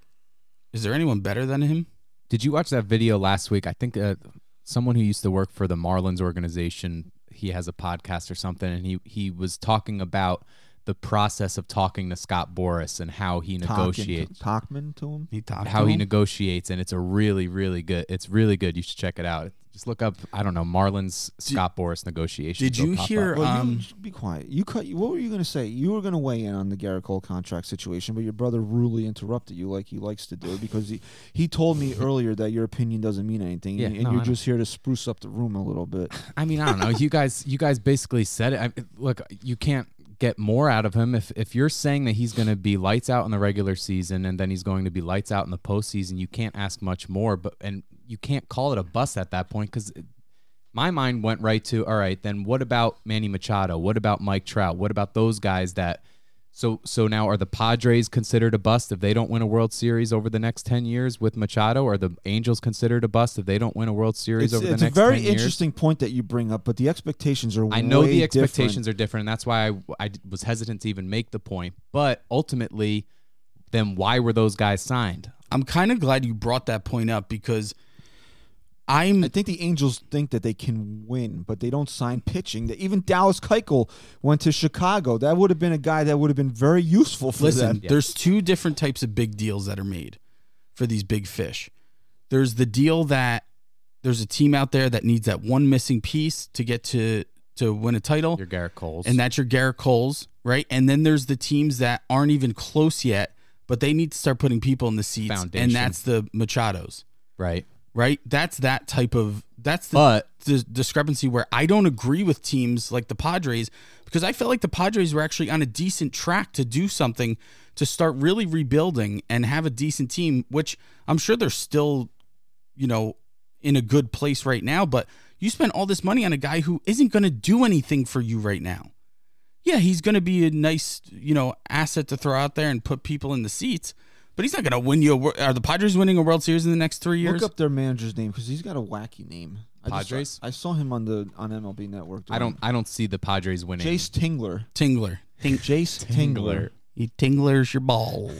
is there anyone better than him?
Did you watch that video last week? I think uh, someone who used to work for the Marlins organization, he has a podcast or something, and he he was talking about the process of talking to Scott Boris and how he negotiates.
Talkman to him.
He talked
How
to
he
him?
negotiates, and it's a really, really good. It's really good. You should check it out. Just look up. I don't know Marlins Scott Boris negotiations.
did
They'll
you
pop up.
hear-
Well, you
Um,
sh- be quiet. You cut. What were you going to say? You were going to weigh in on the Garrett Cole contract situation, but your brother rudely interrupted you, like he likes to do, because he, he told me earlier that your opinion doesn't mean anything,
Yeah,
and, and
no, I
you're
know.
just here to spruce up the room a little bit.
I mean, I don't know. You guys, you guys basically said it. I, look, you can't get more out of him if if you're saying that he's going to be lights out in the regular season and then he's going to be lights out in the postseason. You can't ask much more, but and you can't call it a bust at that point because my mind went right to all right. Then what about Manny Machado? What about Mike Trout? What about those guys that? So so now are the Padres considered a bust if they don't win a World Series over the next ten years with Machado? Are the Angels considered a bust if they don't win a World
It's,
Series over the
it's a
next
very
10 years?
interesting point that you bring up, but the expectations are.
I know
way
the
different.
expectations are different, and that's why I, I d- was hesitant to even make the point. But ultimately, then why were those guys signed?
I'm kind of glad you brought that point up because I'm
I think the Angels think that they can win, but they don't sign pitching. That even Dallas Keuchel went to Chicago. That would have been a guy that would have been very useful for
Listen,
them.
there's two different types of big deals that are made for these big fish. There's the deal that there's a team out there that needs that one missing piece to get to to win a
Oh.
title,
Your Garrett Coles.
and that's your Garrett Coles, right? And then there's the teams that aren't even close yet, but they need to start putting people in the seats,
Foundation.
and that's the Machados,
right.
right? That's that type of that's the
But
the discrepancy where I don't agree with teams like the Padres because I felt like the Padres were actually on a decent track to do something to start really rebuilding and have a decent team, which I'm sure they're still, you know, in a good place right now. But you spent all this money on a guy who isn't going to do anything for you right now. Yeah, he's going to be a nice, you know, asset to throw out there and put people in the seats, but he's not going to win you. A, wor- are the Padres winning a World Series in the next three years?
Look up their manager's name because he's got a wacky name. I just-
Padres?
I saw him on the on MLB Network.
I don't. I don't see the Padres winning.
Jace Tingler.
Tingler. Ting-
Jace Tingler.
He tinglers your balls.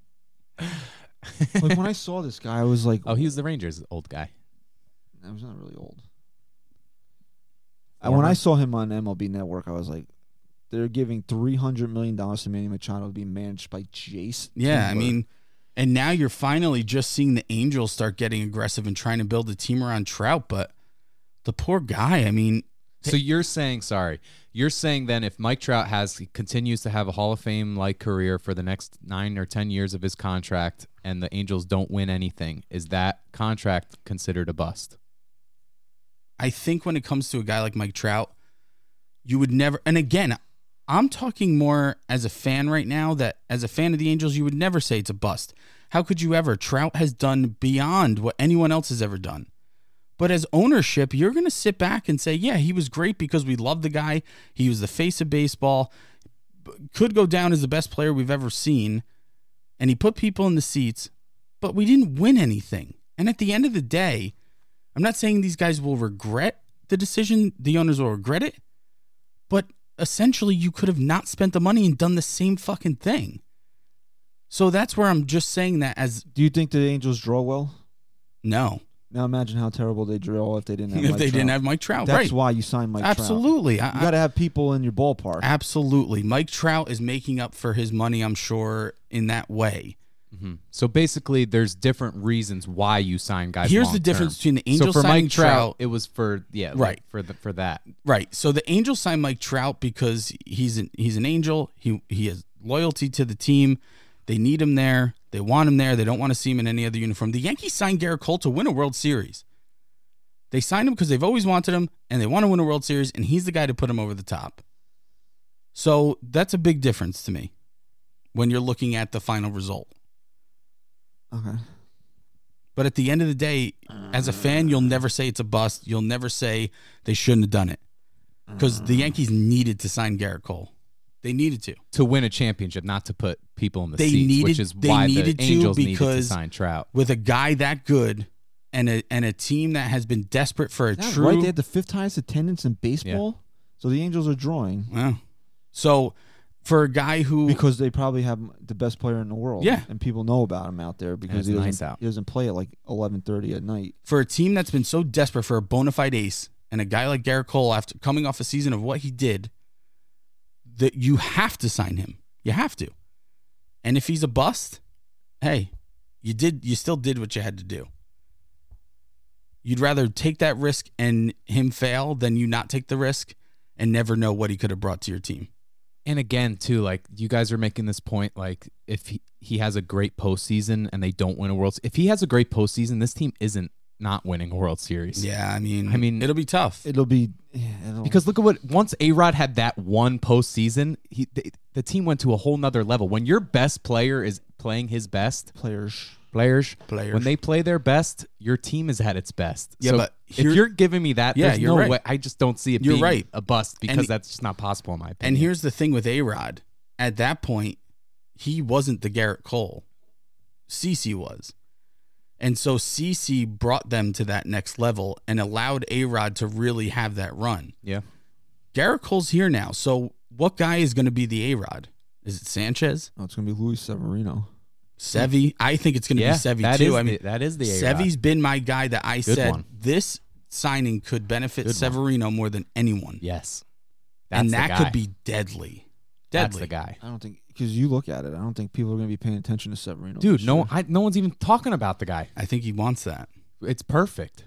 like when I saw this guy, I was like,
Oh, he was the Rangers old guy.
I was not really old. And when I saw him on MLB Network, I was like, they're giving three hundred million dollars to Manny Machado to be managed by Jace.
Yeah, I
Tingler.
mean, and now you're finally just seeing the Angels start getting aggressive and trying to build a team around Trout, but the poor guy, I mean,
So you're saying sorry. You're saying then if Mike Trout has continues to have a Hall of Fame like career for the next nine or ten years of his contract, and the Angels don't win anything, is that contract considered a bust?
I think when it comes to a guy like Mike Trout, you would never and again, I'm talking more as a fan right now that as a fan of the Angels, you would never say it's a bust. How could you ever? Trout has done beyond what anyone else has ever done. But as ownership, you're going to sit back and say, yeah, he was great because we loved the guy. He was the face of baseball, b- could go down as the best player we've ever seen. And he put people in the seats, but we didn't win anything. And at the end of the day, I'm not saying these guys will regret the decision, the owners will regret it, but essentially you could have not spent the money and done the same fucking thing. So that's where I'm just saying that as
do you think the Angels draw well?
no.
Now imagine how terrible they draw if they didn't have
if
Mike
they didn't
Trout.
have Mike Trout,
That's
right.
why you signed Mike Trout.
absolutely. I-
You got to have people in your ballpark.
I- absolutely. Mike Trout is making up for his money, I'm sure, in that way.
So basically, there's different reasons why you sign guys.
Here's the
long-term.
difference between the Angels
so for
signing
Mike Trout,
Trout-
it was for yeah, like,
Right.
for the, for that.
Right. So the Angels signed Mike Trout because he's an he's an angel. He he has loyalty to the team. They need him there. They want him there. They don't want to see him in any other uniform. The Yankees signed Garrett Cole to win a World Series. They signed him because they've always wanted him and they want to win a World Series, and he's the guy to put him over the top. So that's a big difference to me when you're looking at the final result.
okay.
But at the end of the day, as a fan, you'll never say it's a bust. You'll never say they shouldn't have done it because the Yankees needed to sign Garrett Cole. They needed to.
To win a championship, not to put people in the
They
seats, which
needed-
is
they
why
needed
the
to
Angels needed to
because-
sign Trout.
With a guy that good and a and a team that has been desperate for a
Isn't that
true.
right? They had the fifth highest attendance in baseball. So the Angels are drawing.
Well, so for a guy who
because they probably have the best player in the world.
Yeah.
and people know about him out there because
it's
he doesn't
nice out.
he doesn't play at like eleven thirty at night.
for a team that's been so desperate for a bona fide ace and a guy like Garrett Cole after coming off a season of what he did, that you have to sign him. You have to. And if he's a bust, hey, you did you still did what you had to do. You'd rather take that risk and him fail than you not take the risk and never know what he could have brought to your team.
and again too like you guys are making this point like if he, he has a great postseason and they don't win a world if he has a great postseason this team isn't not winning a world series
Yeah, I mean
I mean-
it'll be tough.
It'll be yeah, it'll-
because look at what once arod had that one postseason he the, the team went to a whole nother level when your best player is playing his best
players.
players
Players.
when they play their best your team is at its best
Yeah,
so
but here-
if you're giving me that
Yeah,
there's
you're
no
right.
way i just don't see it
You're
being
right.
a bust because
And-
that's just not possible in my opinion
And here's the thing with A Rod. At that point, he wasn't the Garrett Cole. CC was. And so CC brought them to that next level and allowed A Rod to really have that run.
yeah
Garrett Cole's here now. So what guy is going to be the A Rod? Is it Sanchez?
Oh, it's gonna be Luis Severino.
Sevi? I think it's going to
yeah
be Sevi
that
too.
is
I mean,
the, that is the A-Rod.
Sevi's been my guy that I
Good
said
one.
this signing could benefit
Good one.
Severino more than anyone.
Yes. That's
and
the
that
guy.
could be deadly. Deadly.
that's the guy.
I don't think because you look at it, I don't think people are gonna be paying attention to Severino.
Oh,
Dude,
this
no
year.
I, no one's even talking about the guy.
I think he wants that.
It's perfect.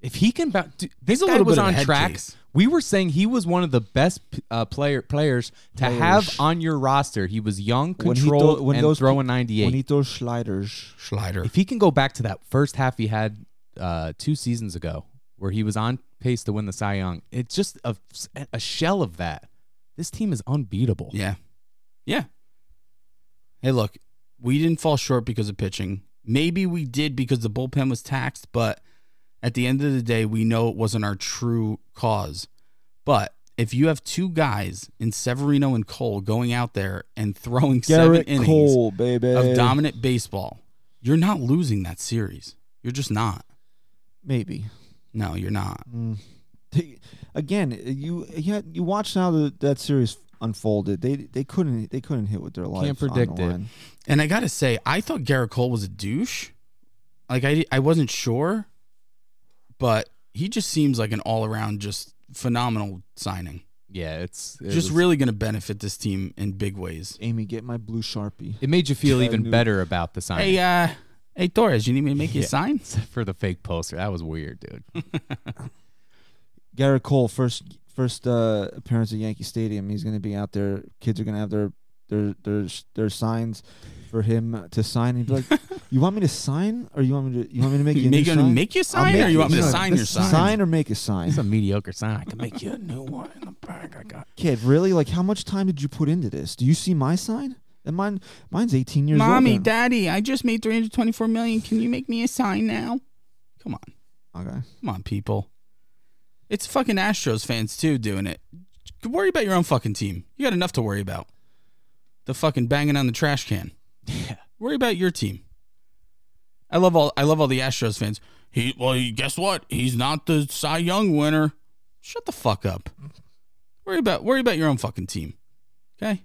If he can bounce, dude, this
He's a
guy
little
was
bit of a
on
head
track.
case.
We were saying he was one of the best p- uh, player players to
Players.
have on your roster. He was young,
When he throw-
controlled,
when
and
those-
throwing 98.
when he throws sliders,
Schleider.
if he can go back to that first half he had uh, two seasons ago, where he was on pace to win the Cy Young, it's just a, a shell of that. This team is unbeatable.
Yeah. Yeah. Hey, look, we didn't fall short because of pitching. Maybe we did because the bullpen was taxed, but at the end of the day, we know it wasn't our true cause. But if you have two guys in Severino and Cole going out there and throwing
Garrett
seven innings
Cole, baby,
of dominant baseball, you're not losing that series. You're just not.
maybe.
No, you're not.
They- again, you you, you watch how the, that series unfolded. They they couldn't they couldn't hit with their life.
predict it.
And I gotta say, I thought Garrett Cole was a douche. Like I, I wasn't sure, but he just seems like an all around just phenomenal signing.
Yeah, it's it was-
just really gonna benefit this team in big ways.
Amy, get my blue sharpie.
It made you feel
I
even
knew-
better about the sign
Hey, uh, hey Torres, you need me to make you a
Yeah.
sign?
for the fake poster. That was weird, dude.
Garrett Cole first first uh, appearance at Yankee Stadium. He's going to be out there. Kids are going to have their their their their signs for him to sign. And he'd be like, "You want me to sign, or you want me to you want me to make you a new
Make you
sign?
make you a
I'll
sign,
make
or you want me to
no,
sign your
this-
sign?
Sign or make a sign.
It's a mediocre sign. I can make you a new one in the bag I got.
Kid, really? Like, how much time did you put into this? Do you see my sign? And mine mine's 18 years old.
Mommy,
now.
Daddy, I just made three hundred twenty four million. Can you make me a sign now? Come on.
Okay.
Come on, people. It's fucking Astros fans too doing it. Worry about your own fucking team. You got enough to worry about. The fucking banging on the trash can.
Yeah.
Worry about your team. I love all I love all the Astros fans. He well, he- guess what? He's not the Cy Young winner. Shut the fuck up. Worry about worry about your own fucking team. Okay?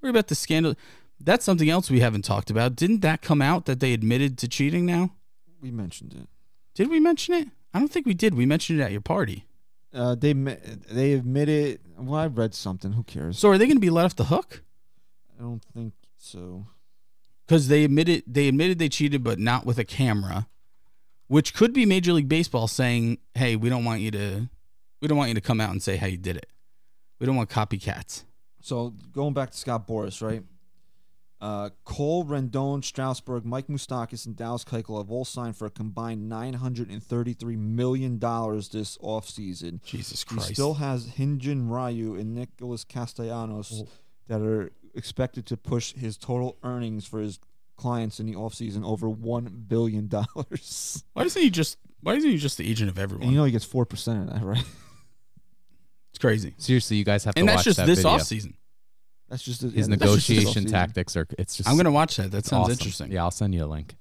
Worry about the scandal. That's something else we haven't talked about. Didn't that come out that they admitted to cheating now?
We mentioned it.
Did we mention it? I don't think we did. We mentioned it at your party.
Uh, they me- they admitted. Well, I read something. Who cares?
So are they going to be let off the hook?
I don't think so.
Because they admitted they admitted they cheated, but not with a camera, which could be Major League Baseball saying, "Hey, we don't want you to, we don't want you to come out and say how you did it. We don't want copycats."
So going back to Scott Boris, right? Uh, Cole, Rendon, Strasburg, Mike Moustakis, and Dallas Keuchel have all signed for a combined nine hundred and thirty-three million dollars this offseason.
Jesus
He still has Hinjin Ryu and Nicholas Castellanos that are expected to push his total earnings for his clients in the offseason over one billion dollars.
why isn't he just? Why isn't he just the agent of
And
everyone?
you know he gets four percent of that, right?
it's crazy.
Seriously, you guys have
And
to
that's
watch
just
that
this
video.
offseason.
That's just his
His negotiation tactics are it's just
I'm going to watch that. That sounds
awesome.
interesting.
Yeah, I'll send you a link.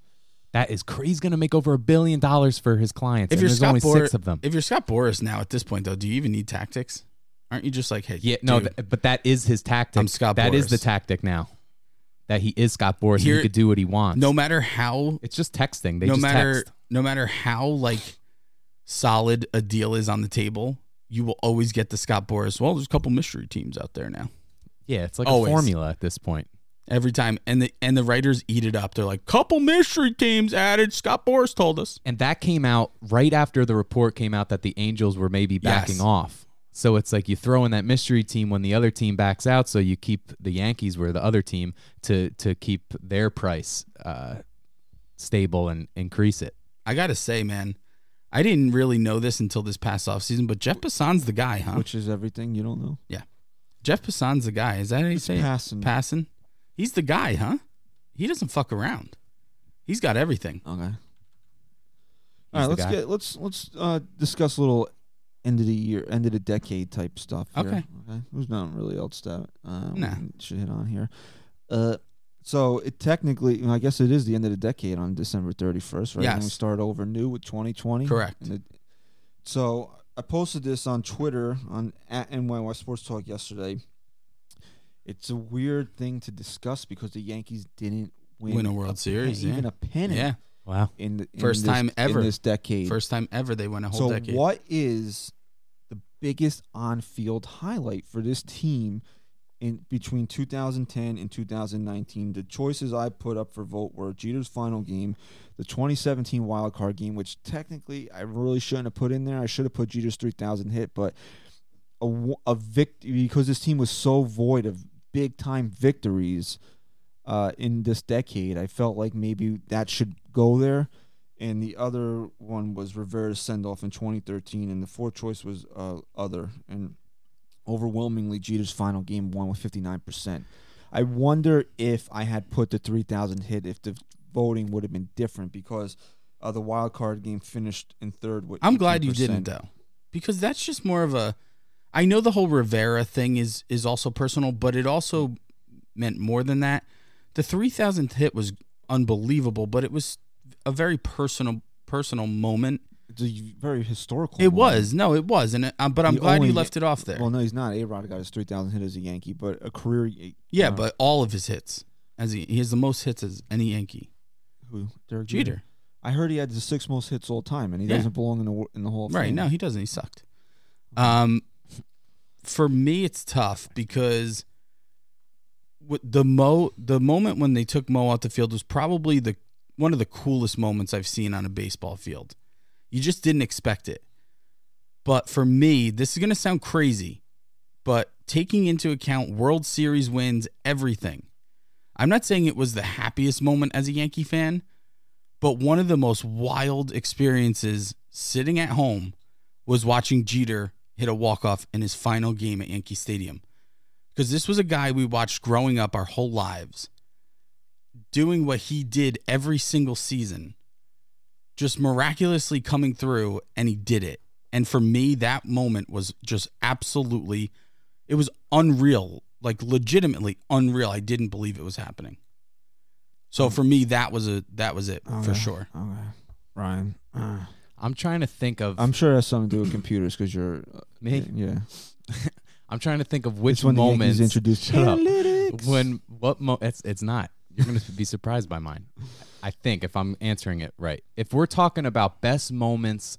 That is crazy. He's gonna make over a billion dollars for his clients.
If
and
you're
there's
Scott
only
Boris,
six of them.
if you're Scott Boris now at this point though, do you even need tactics? Aren't you just like, hey,
Yeah, no,
dude,
th- but that is his tactic.
I'm Scott
That is
Boras.
the tactic now. That he is Scott Boris.
Here-
he could do what he wants.
no matter how
it's just texting. They
no
just
matter
text.
no matter how like solid a deal is on the table, you will always get the Scott Boris. Well, there's a couple mystery teams out there now.
Yeah, it's like
Always.
a formula at this point.
Every time, and the and the writers eat it up. They're like, couple mystery teams added. Scott Boris told us.
And that came out right after the report came out that the Angels were maybe backing
Yes.
off. So it's like you throw in that mystery team when the other team backs out, so you keep the Yankees were the other team to to keep their price uh, stable and increase it.
I gotta say, man, I didn't really know this until this past offseason, but Jeff Passan's the guy, huh?
which is everything you don't know.
Jeff Passan's the guy. Is that how you say? it?
Passon.
Passan. He's the guy, huh? He doesn't fuck around. He's got everything.
Okay. All right,
the
let's
guy.
get let's let's uh, discuss a little end of the year, end of the decade type stuff. Here.
Okay.
Okay. There's nothing really else that um,
Nah.
should hit on here. Uh, so it technically, you know, I guess it is the end of the decade on December 31st, right? And we
Yes.
start over new with 2020.
Correct.
And it, so I posted this on Twitter on at NYY Sports Talk yesterday. It's a weird thing to discuss because the Yankees didn't win,
Win a World Series,
even
yeah.
a pennant
Yeah.
Wow.
in the in
First
this-
time ever.
in this decade.
First time ever they went a whole
so
decade.
what is the biggest on-field highlight for this team in between 2010 and 2019? The choices I put up for vote were Jeter's final game, the 2017 wild card game, which technically I really shouldn't have put in there. I should have put Jeter's 3,000 hit, but a, w- a victory because this team was so void of big time victories uh, in this decade. I felt like maybe that should go there. And the other one was Rivera's send off in 2013, and the fourth choice was uh, other. And overwhelmingly, Jeter's final game won with 59%. I wonder if I had put the 3,000 hit, if the voting would have been different because uh, the wild card game finished in third. With
I'm glad you
18%.
didn't though, because that's just more of a. I know the whole Rivera thing is is also personal, but it also meant more than that. The three thousandth hit was unbelievable, but it was a very personal personal moment.
It's a very historical.
It
one.
was no, it was, and it, um, but I'm
The
glad
only-
you left it off there.
Well, no, he's not. A Rod got his 3,000 hit as a Yankee, but a career.
yeah,
no.
but all of his hits, as he, he has the most hits as any Yankee.
Who? Derek
Jeter,
I heard he had the six most hits all time, and he
Yeah.
doesn't belong in the wo- in the Hall of
right?
Fame.
No, he doesn't. He sucked. Um, for me, it's tough because with the mo the moment when they took Mo out the field was probably the one of the coolest moments I've seen on a baseball field. You just didn't expect it. But for me, this is going to sound crazy, but taking into account World Series wins, everything. I'm not saying it was the happiest moment as a Yankee fan, but one of the most wild experiences sitting at home was watching Jeter hit a walk-off in his final game at Yankee Stadium. Because this was a guy we watched growing up our whole lives doing what he did every single season, just miraculously coming through, and he did it. And for me, that moment was just absolutely, it was unreal, like legitimately unreal. I didn't believe it was happening. So for me, that was a that was it for
Okay.
sure.
Okay. Ryan. Uh,
I'm trying to think of
I'm sure it has something to do with computers because you're. uh,
me.
Yeah.
I'm trying to think of
It's
which
when
moments
the Yankees introduced
Shut up.
analytics.
when what mo it's it's not you're gonna be surprised by mine i think if i'm answering it right if we're talking about best moments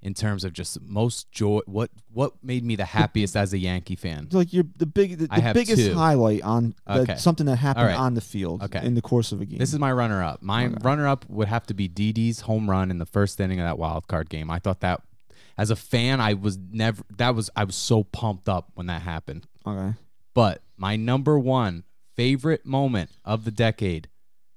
in terms of just most joy what what made me the happiest as a yankee fan
It's like your the big the,
I
the
have
biggest
two.
highlight on the,
Okay.
something that happened
right.
on the field
Okay.
in the course of a game.
this is my runner up my runner up would have to be dd's home run in the first inning of that wild card game i thought that as a fan i was never that was i was so pumped up when that happened
okay.
But my number one favorite moment of the decade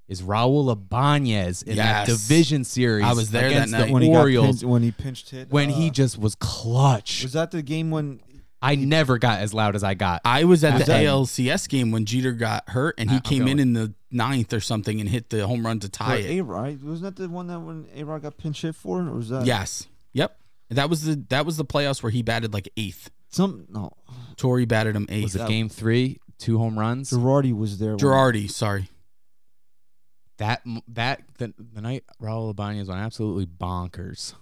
is Raul Abanez in that
Yes.
division series.
I was there that
against
night.
the
When he got
Orioles
pinched, when he pinched hit.
when he
uh,
just was clutch.
was that the game when
I never got as loud as I got.
I was at the
That's-
ALCS game when Jeter got hurt, and he
I'm
came in
going.
in the ninth or something and hit the home run to tie it.
A Rod wasn't that the one that when A Rod got pinch hit for, or
uh,
was that
Yes. Yep. That was the that was the playoffs where he batted like eighth.
Some no.
Tori batted him
was
eighth.
it game three, two home runs?
Girardi was there. when-
Girardi, sorry.
That that the, the night Raul Abanez went absolutely bonkers.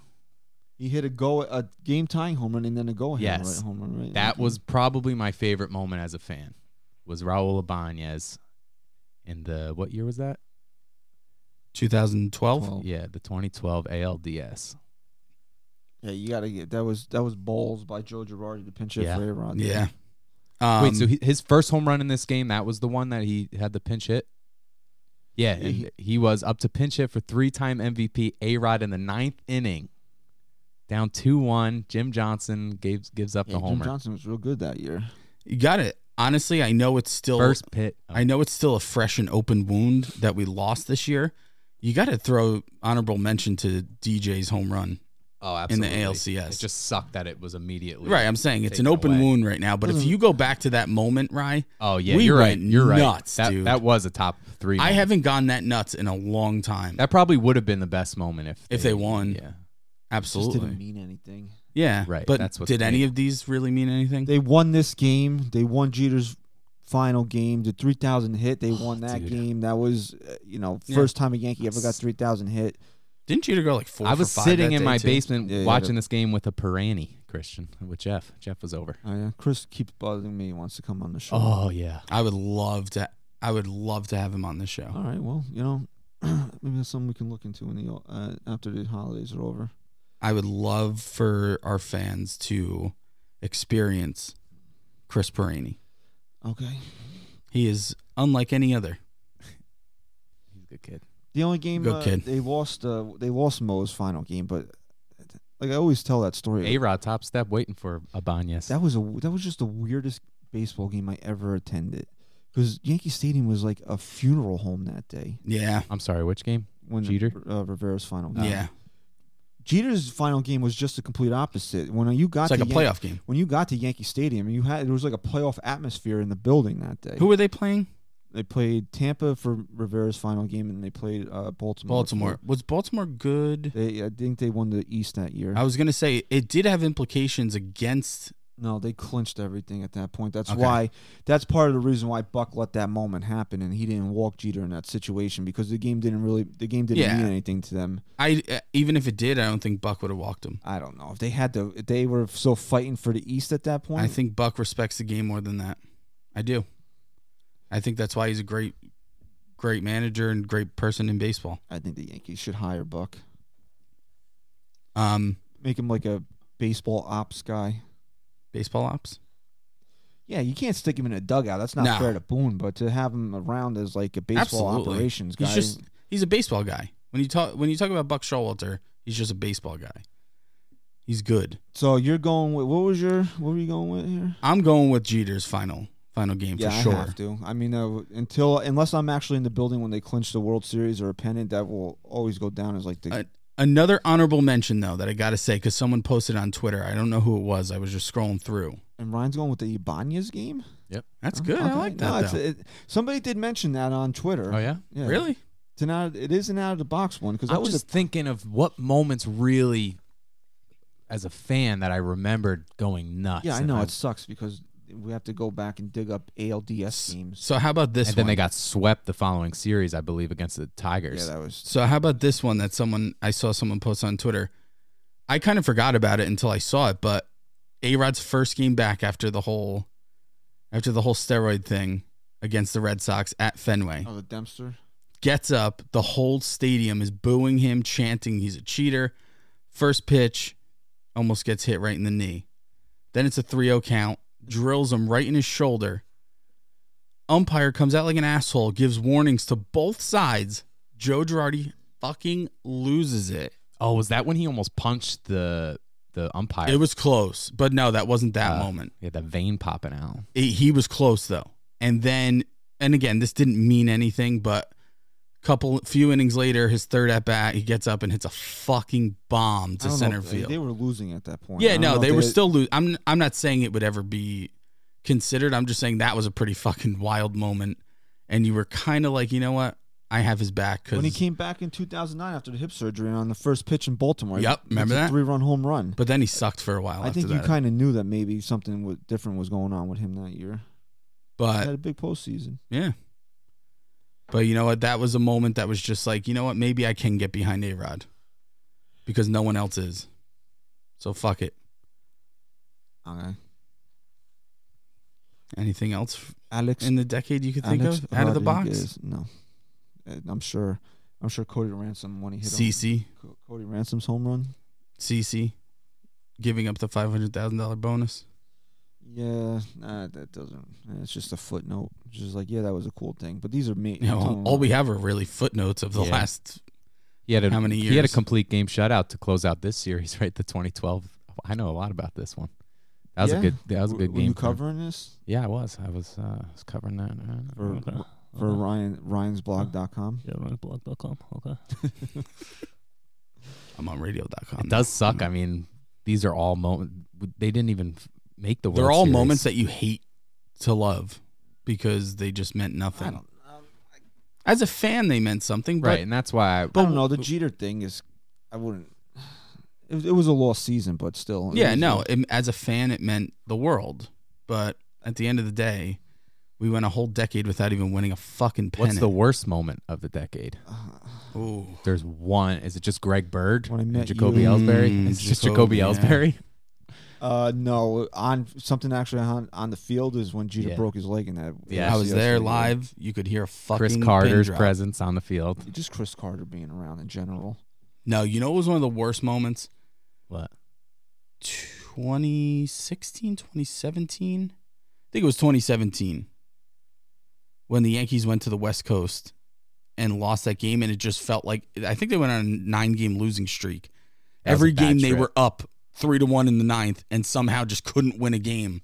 He hit a go a game tying home run and then a go ahead
Yes.
home run, right?
That
Mm-hmm.
Okay.
was probably my favorite moment as a fan. Was Raul Ibanez in the what year was that?
2012.
Twelve.
Yeah, the 2012 ALDS.
Yeah, you gotta get that was that was balls by Joe Girardi to pinch hit
Yeah.
for A Rod.
Yeah. Um,
Wait, so he, his first home run in this game that was the one that he had the pinch hit. Yeah,
Yeah,
and
he-
he was up to pinch hit for three-time MVP A Rod in the ninth inning, down two-one. Jim Johnson gives gives up
Yeah,
the
Jim
homer.
Johnson was real good that year.
you got it. Honestly, I know it's still
First pit.
I know it's still a fresh and open wound that we lost this year. You got to throw honorable mention to DJ's home run.
oh,
in the
absolutely.
ALCS.
It just sucked that it was immediately
Right, I'm saying it's an
Taken
open
away. Mm-hmm.
wound right now. But if
Doesn't-
you go back to that moment, Rye,
Oh yeah,
We
you're right.
went
You're right.
nuts,
that,
dude.
that was a top three.
I
moment.
haven't gone that nuts in a long time.
That probably would have been the best moment if
If they
Yeah,
won.
Just didn't
Absolutely,
mean anything.
yeah.
Right,
But
that's what's
did any
great.
of these really mean anything?
They won this game. They won Jeter's final game. The three thousand hit. They won that
dude.
game. That was uh, you know
Yeah.
first time a Yankee ever got three thousand hit.
Didn't Jeter go like four?
I
for
was
five
sitting
that
in
day,
my
too?
basement
Yeah, yeah,
watching
the-
this game with a Pirani Christian with Jeff. Jeff was over.
Oh, yeah. Chris keeps buzzing me. He wants to come on the show.
Oh yeah,
I would love to. I would love to have him on the show.
All right. Well, you know, maybe that's something we can look into in the uh, after the holidays are over.
I would love for our fans to experience Chris Perini.
Okay.
He is unlike any other.
he's a good kid.
The only game
Good
uh,
kid.
they lost, uh, they lost Mo's final game, but like I always tell that story.
A Rod top step waiting for Abanez.
That was a that was just the weirdest baseball game I ever attended because Yankee Stadium was like a funeral home that day
Yeah.
I'm sorry, which game?
when the-
Jeter?
uh, Rivera's final game.
Yeah.
Jeter's final game was just the complete opposite. When you got
It's like
to
a
Yan-
playoff game.
when you got to Yankee Stadium, you had there was like a playoff atmosphere in the building that day.
Who were they playing?
They played Tampa for Rivera's final game, and they played uh, Baltimore.
Baltimore. Was Baltimore good?
for- They, I think they won the East that year.
I was going to say it did have implications against.
No, they clinched everything at that point. That's
Okay.
why. That's part of the reason why Buck let that moment happen, and he didn't walk Jeter in that situation because the game didn't really. The game didn't
Yeah.
mean anything to them.
I uh, even if it did, I don't think Buck would have walked him.
I don't know if they had to. If they were still fighting for the East at that point.
I think Buck respects the game more than that. I do. I think that's why he's a great, great manager and great person in baseball.
I think the Yankees should hire Buck,
Um,
make him like a baseball ops guy.
baseball ops.
Yeah, you can't stick him in a dugout. That's not
No.
fair to Boone, but to have him around as like a baseball
Absolutely.
operations guy.
He's just he's a baseball guy. When you talk when you talk about Buck Showalter, he's just a baseball guy. He's good.
so you're going with what was your what were you going with here?
I'm going with Jeter's final final game
Yeah,
for
I
sure.
have to. I mean, uh, until unless I'm actually in the building when they clinch the World Series or a pennant, that will always go down as like the.
Uh, Another honorable mention though that I got to say cuz someone posted on Twitter. I don't know who it was. I was just scrolling through.
and Ryan's going with the Ibanez game.
Oh,
That's good. I
Okay.
like
No,
that.
it's-
though.
it- somebody did mention that on Twitter.
Oh yeah.
Yeah,
Really?
It's an out. It is an out of the box one because
I was just thinking of what moments really, as a fan, that I remembered going nuts.
yeah, I
and
know it sucks because we have to go back and dig up ALDS games.
So how about this
and then
one?
they got swept the following series, I believe, against the Tigers.
Yeah, that was.
so how about this one that someone I saw someone post on Twitter. I kind of forgot about it until I saw it, but A-Rod's first game back after the whole after the whole steroid thing against the Red Sox at Fenway.
Oh, the Dempster.
gets up. The whole stadium is booing him, chanting he's a cheater. First pitch, almost gets hit right in the knee. Then it's a 3 0 count, drills him right in his shoulder. Umpire comes out like an asshole, gives warnings to both sides. Joe Girardi fucking loses it.
Oh, was that when he almost punched the the umpire?
It was close, but no, that wasn't that
Uh,
moment.
Yeah, that vein popping out.
It- he was close though. And then, and again, this didn't mean anything, but couple few innings later, his third at bat, he gets up and hits a fucking bomb
I
to
don't know
center
if-
field.
They were losing at that point. I
yeah,
don't know
no,
if
they were still lose. I'm I'm not saying it would ever be considered. I'm just saying that was a pretty fucking wild moment, and you were kind of like, you know what, I have his back because
When he came back in 2009 after the hip surgery on the first pitch in Baltimore, he
Yep,
hits
remember
a
that?
three-run home run.
But then he sucked for a while.
I
after
think you
that.
kind of knew that maybe something was different was going on with him that year. He
But
had a big postseason.
Yeah. But you know what? That was a moment that was just like, you know what? Maybe I can get behind A Rod because no one else is. So fuck it.
Okay.
Anything else f-
Alex
in the decade you could think
Alex
of out of the box?
Rodriguez. No, Uh, I'm sure. I'm sure Cody Ransom when he hit him.
CC,
Co- Cody Ransom's home run.
CC, giving up the five hundred thousand dollar bonus.
Yeah, nah, that doesn't. eh, It's just a footnote. It's just like, yeah, that was a cool thing. But these are me.
You know, all- all we have are really footnotes of the
Yeah.
last.
He had a,
How many
He had a
years?
complete game shutout to close out this series, right? The 2012. I know a lot about this one. That was
Yeah.
a good. That was a
W-
good
were
game.
you
for him.
covering this
Yeah, I was. I was. Uh, I was covering that.
For- for Ryan Ryan's blog.com?
Yeah, runblog.com. Okay.
I'm on radio.com.
It does suck. I mean, these are all moments. They didn't even f- make the.
They're
World
all
Series.
moments that you hate to love because they just meant
I
nothing.
don't.
As a fan, they meant something, but
right, and that's why. I,
I don't know. The Jeter thing is, I wouldn't. It, was- it was a lost season, but still. it
Yeah,
was
no.
a-
It, as a fan, it meant the world. But at the end of the day, we went a whole decade without even winning a fucking
what's
pennant.
the worst moment of the decade?
the? Ooh,
There's one. Is it just Greg Bird?
When I
and
met
Jacoby
you.
Ellsbury.
Mm,
it's just Jacoby
Jacoby, yeah.
Ellsbury.
Uh, no. On something actually on on the field is when Jeter
Yeah.
broke his leg in that.
Yeah.
I was
ACL
there
surgery.
live. You could hear a fucking
Chris
pin
Carter's
drop.
presence on the field.
Just Chris Carter being around in general.
No, you know it was one of the worst moments.
What?
2016, 2017. I think it was 2017 when the Yankees went to the West Coast and lost that game. And it just felt like, I think they went on a nine game losing streak.
That was a
Every
bad
game they
trip.
were up three to one in the ninth and somehow just couldn't win a game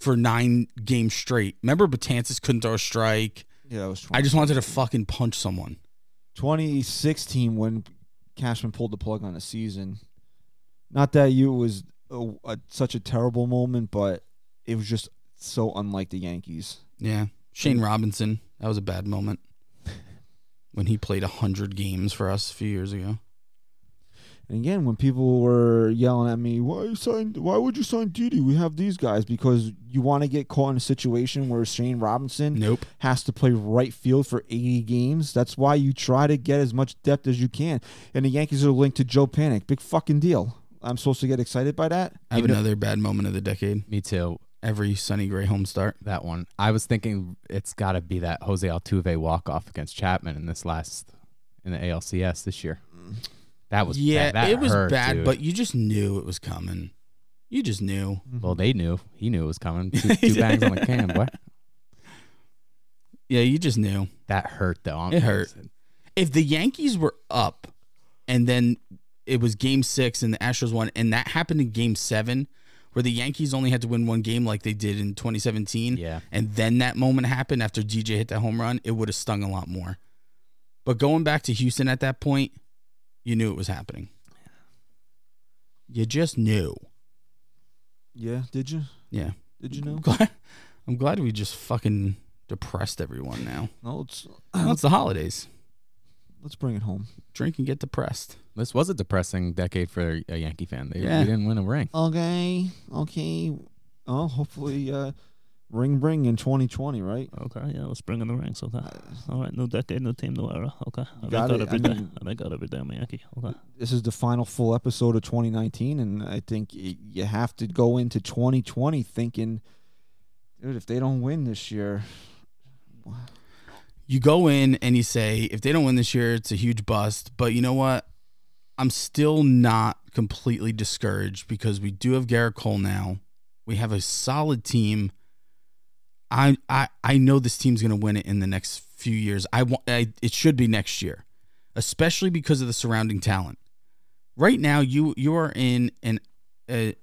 for nine games straight. Remember, Batanzas couldn't throw a strike.
Yeah, that was. 20.
I just wanted to fucking punch someone.
2016 when Cashman pulled the plug on the season. Not that you was a, a, such a terrible moment, but it was just so unlike the Yankees.
Yeah. Shane Robinson. That was a bad moment when he played 100 games for us a few years ago.
And again, when people were yelling at me, "Why you sign? Why would you sign Didi? We have these guys because you want to get caught in a situation where Shane Robinson
Nope.
has to play right field for 80 games. That's why you try to get as much depth as you can. And the Yankees are linked to Joe Panic. Big fucking deal. I'm supposed to get excited by that.
I have
Even if-
another bad moment of the decade.
Me too.
Every Sonny Gray home start.
That one. I was thinking it's got to be that Jose Altuve walk off against Chapman in this last in the ALCS this year. That was
yeah,
That, that
it was
hurt,
bad,
dude.
but you just knew it was coming. You just knew.
well, they knew. He knew it was coming. Two, two bangs on the can. What?
Yeah, you just knew.
That hurt though. I'm-
It hurt. If the Yankees were up and then it was game six and the Astros won, and that happened in game seven, where the Yankees only had to win one game like they did in 2017,
Yeah.
and then that moment happened after DJ hit that home run, it would have stung a lot more. But going back to Houston at that point, you knew it was happening. You just knew.
Yeah, did you?
Yeah.
Did you know?
Glad, I'm glad we just fucking depressed everyone now.
No, let's
Well, it's the holidays.
let's bring it home.
Drink and get depressed.
This was a depressing decade for a Yankee fan. They,
Yeah.
we didn't win a ring.
Okay, okay. Oh, hopefully, uh, ring ring in 2020, right?
Okay, yeah, let's bring in the ranks. Okay.
Uh,
All right, new decade, new team, new era. Okay. I
got it,
make out every
I
day.
mean-
I make out every day, I'm a Yankee. Okay.
This is the final full episode of 2019, and I think y- you have to go into 2020 thinking, dude, if they don't win this year,
You go in and you say, if they don't win this year, it's a huge bust. But you know what? I'm still not completely discouraged because we do have Garrett Cole now. We have a solid team. I I I know this team's going to win it in the next few years. I want I, it should be next year, especially because of the surrounding talent. Right now, you you are in an a,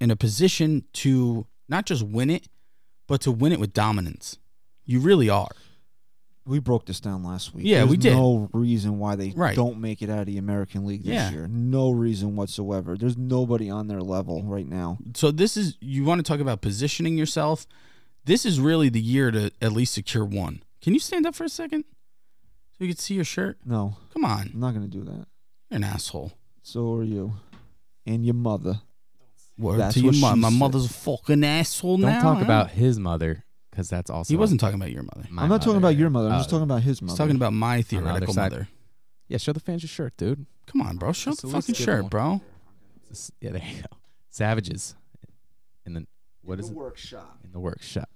in a position to not just win it, but to win it with dominance. You really are.
we broke this down last week.
Yeah,
There's
we did.
No reason why they
Right.
don't make it out of the American League this
Yeah.
year. No reason whatsoever. There's nobody on their level right now.
So this is you want to talk about positioning yourself. This is really the year to at least secure one. Can you stand up for a second so we can see your shirt?
No,
Come on,
I'm not gonna do that.
you're an asshole.
So are you, and your mother.
Word
That's
to your
what
mom.
she
My
said.
mother's a fucking asshole
Don't
now.
talk
huh?
about his mother because that's also
He wasn't talking about your mother. Uh,
my
I'm not talking about your mother. I'm
Oh.
just talking about his mother.
He's talking about my
the other
theoretical
side.
mother.
Yeah, show the fans your shirt, dude.
Come on, bro. Show
Let's
the
at least
fucking
give
shirt,
one.
bro.
It's s- yeah, there you go. Savages. In the what is it?
workshop?
In the workshop.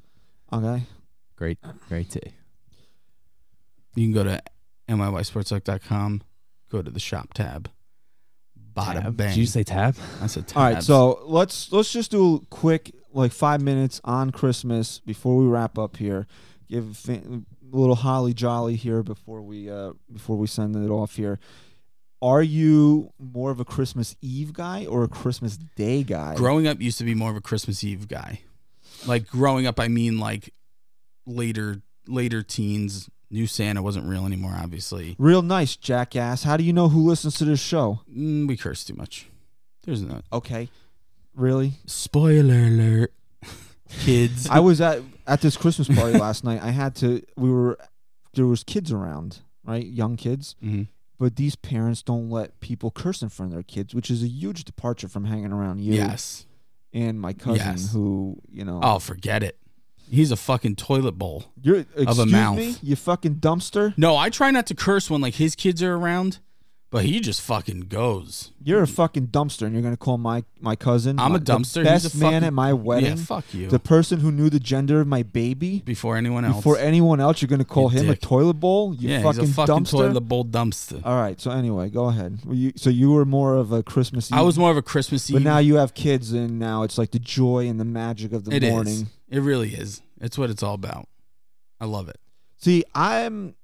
Okay.
Great, great tea.
You can go to mysportsuck.com, go to the shop tab. Bada
Tab.
bang.
Did you say tab?
That's a tab.
All right, so let's let's just do a quick like five minutes on Christmas before we wrap up here. Give fa- a little holly jolly here before we uh, before we send it off here. Are you more of a Christmas Eve guy or a Christmas Day guy?
growing up used to be more of a Christmas Eve guy. Like growing up, I mean like later later teens. New Santa wasn't real anymore, obviously.
Real nice, jackass. How do you know who listens to this show?
Mm, we curse too much. There's no
Okay, really?
spoiler alert, kids.
I was at at this Christmas party last night. I had to. We were there was kids around, right? Young kids.
Mhm.
but these parents don't let people curse in front of their kids, which is a huge departure from hanging around you
Yes.
and my cousin,
Yes.
who you know.
Oh, forget it. He's a fucking toilet bowl.
you're excuse
mouth.
me, you fucking dumpster.
No, I try not to curse when like his kids are around, but he just fucking goes.
You're a fucking dumpster, and you're gonna call my my cousin.
Mm. I'm
my-
a dumpster.
The best
He's a
man
fucking-
at my wedding.
Yeah, fuck you.
The person who knew the gender of my baby
Before anyone else.
before anyone else. You're gonna call
You
him
dick.
a toilet bowl. You
yeah,
fucking,
he's a fucking
dumpster. Uh,
toilet bowl dumpster.
All right. So anyway, go ahead. Were you, so you were more of a Christmas.
I
Eve-
was more of a Christmas Eve.
But now you have kids, and now it's like the joy and the magic of the
It is.
morning.
It really is. It's what it's all about. I love it.
See, I'm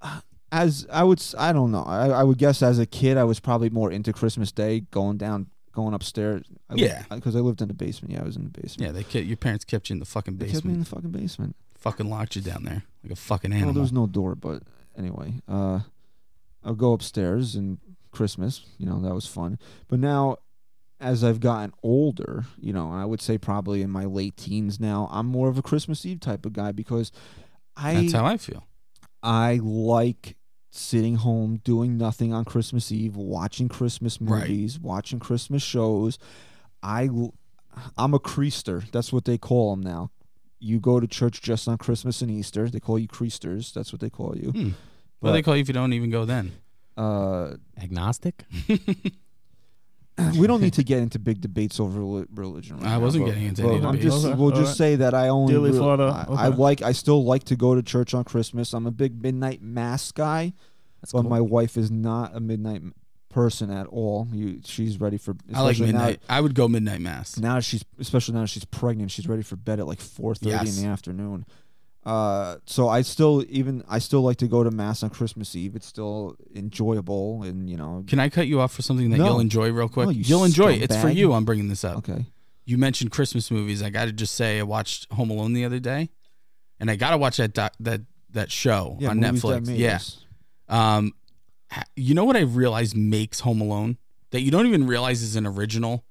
uh, as I would s- I don't know. I, I would guess as a kid I was probably more into Christmas Day going down going upstairs. I
Yeah.
because I lived in the basement. Yeah, I was in the basement.
Yeah, they kept, your parents kept you in the fucking
they kept me in
basement.
the fucking basement.
Fucking locked you down there like a fucking
Well, there
animal.
was no door, but anyway, uh, I'll go upstairs and Christmas. You know that was fun. But now, as I've gotten older, you know, and I would say probably in my late teens now, I'm more of a Christmas Eve type of guy because I
That's how I feel.
I like sitting home doing nothing on Christmas Eve, watching Christmas
Right.
movies, watching Christmas shows. I l- I'm a creaster. That's what they call them now. You go to church just on Christmas and Easter. They call you creasters. That's what they call you.
Hmm. what do they
But,
call you if you don't even go then?
uh,
Agnostic?
we don't need to get into big debates over reli- religion. Right
I
now,
wasn't
but-
getting into
but
any
I'm
debates.
just,
Okay,
We'll just
alright.
say that I only
Dearly
really-
Father,
I, I
okay.
like. I still like to go to church on Christmas. I'm a big midnight mass guy.
That's
but
cool.
my wife is not a midnight m- person at all. You, she's ready for.
I like
especially
midnight. I would go midnight mass.
Now, now she's especially now she's pregnant. She's ready for bed at like four thirty
Yes.
in the afternoon. Uh, so I still even I still like to go to mass on Christmas Eve. It's still enjoyable, and you know,
Can I cut you off for something that
No.
you'll enjoy real quick?
No, you
you will enjoy. it. It's for
scumbag.
you. I'm bringing this up.
okay,
You mentioned Christmas movies. I got to just say, I watched Home Alone the other day, and I got to watch that doc, that that show
yeah,
on
movies that
Netflix.
made
Yeah,
us.
Um, ha- you know what I realized makes Home Alone that you don't even realize is an original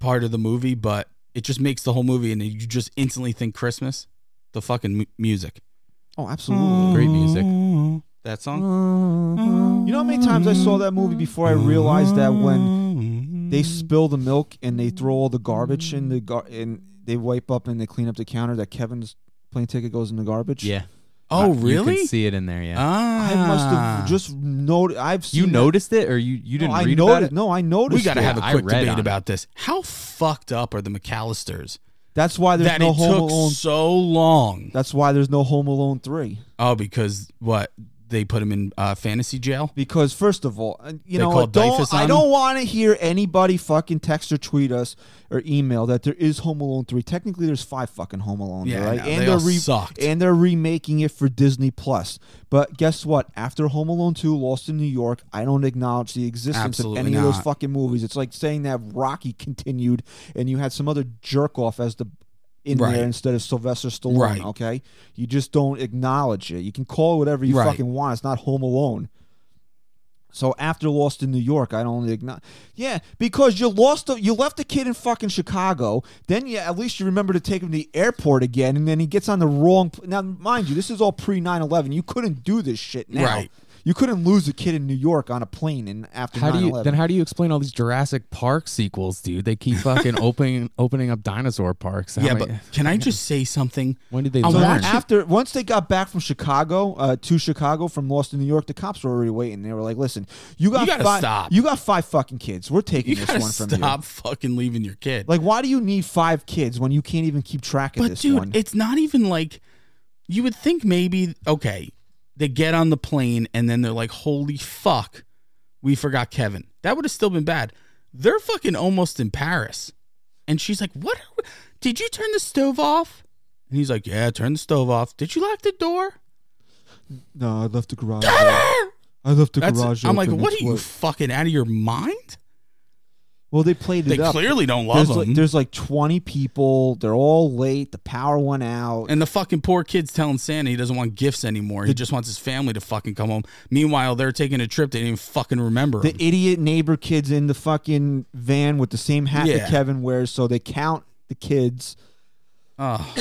part of the movie, but it just makes the whole movie, and you just instantly think Christmas. The fucking mu- music,
Oh, absolutely.
Great music.
that song.
You know how many times I saw that movie before I realized that when they spill the milk and they throw all the garbage in the gar and they wipe up and they clean up the counter that Kevin's plane ticket goes in the garbage.
Yeah.
Oh,
You
really?
can see it in there, yeah.
Ah,
I must have just noted. I've seen
you
that-
noticed it or you, you
No,
Oh,
didn't
I
read
noticed,
about it?
No, I noticed.
We got to
it.
have a
I
quick
read
debate
on it.
about this. How fucked up are the McAllisters
That's why Ah, there's
that
no
it
Home
took
Alone.
so long?
That's why there's no Home Alone three.
Oh, because what they put him in uh, fantasy jail.
Because first of all, and you
They
know,
called
what, don't,
Dreyfus
I
on
don't want to hear anybody fucking text or tweet us or email that there is Home Alone three. Technically, there's five fucking Home Alone,
Yeah, I
right?
know. They all sucked.
and they're remaking it for Disney Plus. But guess what? After Home Alone two, Lost in New York, I don't acknowledge the existence
Absolutely
of any of those
not.
fucking movies. It's like saying that Rocky continued and you had some other jerk off as the in
Right.
there instead of Sylvester Stallone.
Right.
Okay, you just don't acknowledge it. You can call it whatever you
Right.
fucking want. It's not Home Alone. So after Lost in New York, I don't acknowledge. Yeah, because you lost, the, you left the kid in fucking Chicago. Then you at least you remember to take him to the airport again, and then he gets on the wrong. pl- Now, mind you, this is all pre 9-11. You couldn't do this shit now.
Right.
You couldn't lose a kid in New York on a plane in after 9/11.
How do you then? How do you explain all these Jurassic Park sequels, dude? They keep fucking opening opening up dinosaur parks. How
yeah,
many-
but Oh, can I just say something?
when did they?
I
learn?
So
watch-
after once they got back from Chicago uh, to Chicago from Lost in New York, the cops were already waiting. They were like, "Listen, you got
You gotta
five,
stop.
you got five fucking kids. We're taking
You
this
gotta
one from
stop
you.
fucking leaving your kid.
Like, why do you need five kids when you can't even keep track of
but
this
dude,
one?
it's not even like you would think maybe okay, they get on the plane and then they're like, holy fuck, we forgot Kevin. That would have still been bad. They're fucking almost in Paris, and she's like, what? Are we- Did you turn the stove off? And he's like, yeah, turn the stove off. Did you lock the door?
no, I left the garage. I left the
That's.
garage.
I'm like,
open.
what are
It's
you fucking out of your mind?
Well, they played
They
it up.
clearly don't love
there's
him.
like, there's like 20 people. They're all late. The power went out.
And the fucking poor kid's telling Santa he doesn't want gifts anymore. He just wants his family to fucking come home. Meanwhile, they're taking a trip they didn't even fucking remember.
the
him.
idiot neighbor kids in the fucking van with the same hat
Yeah.
that Kevin wears, so they count the kids.
Oh,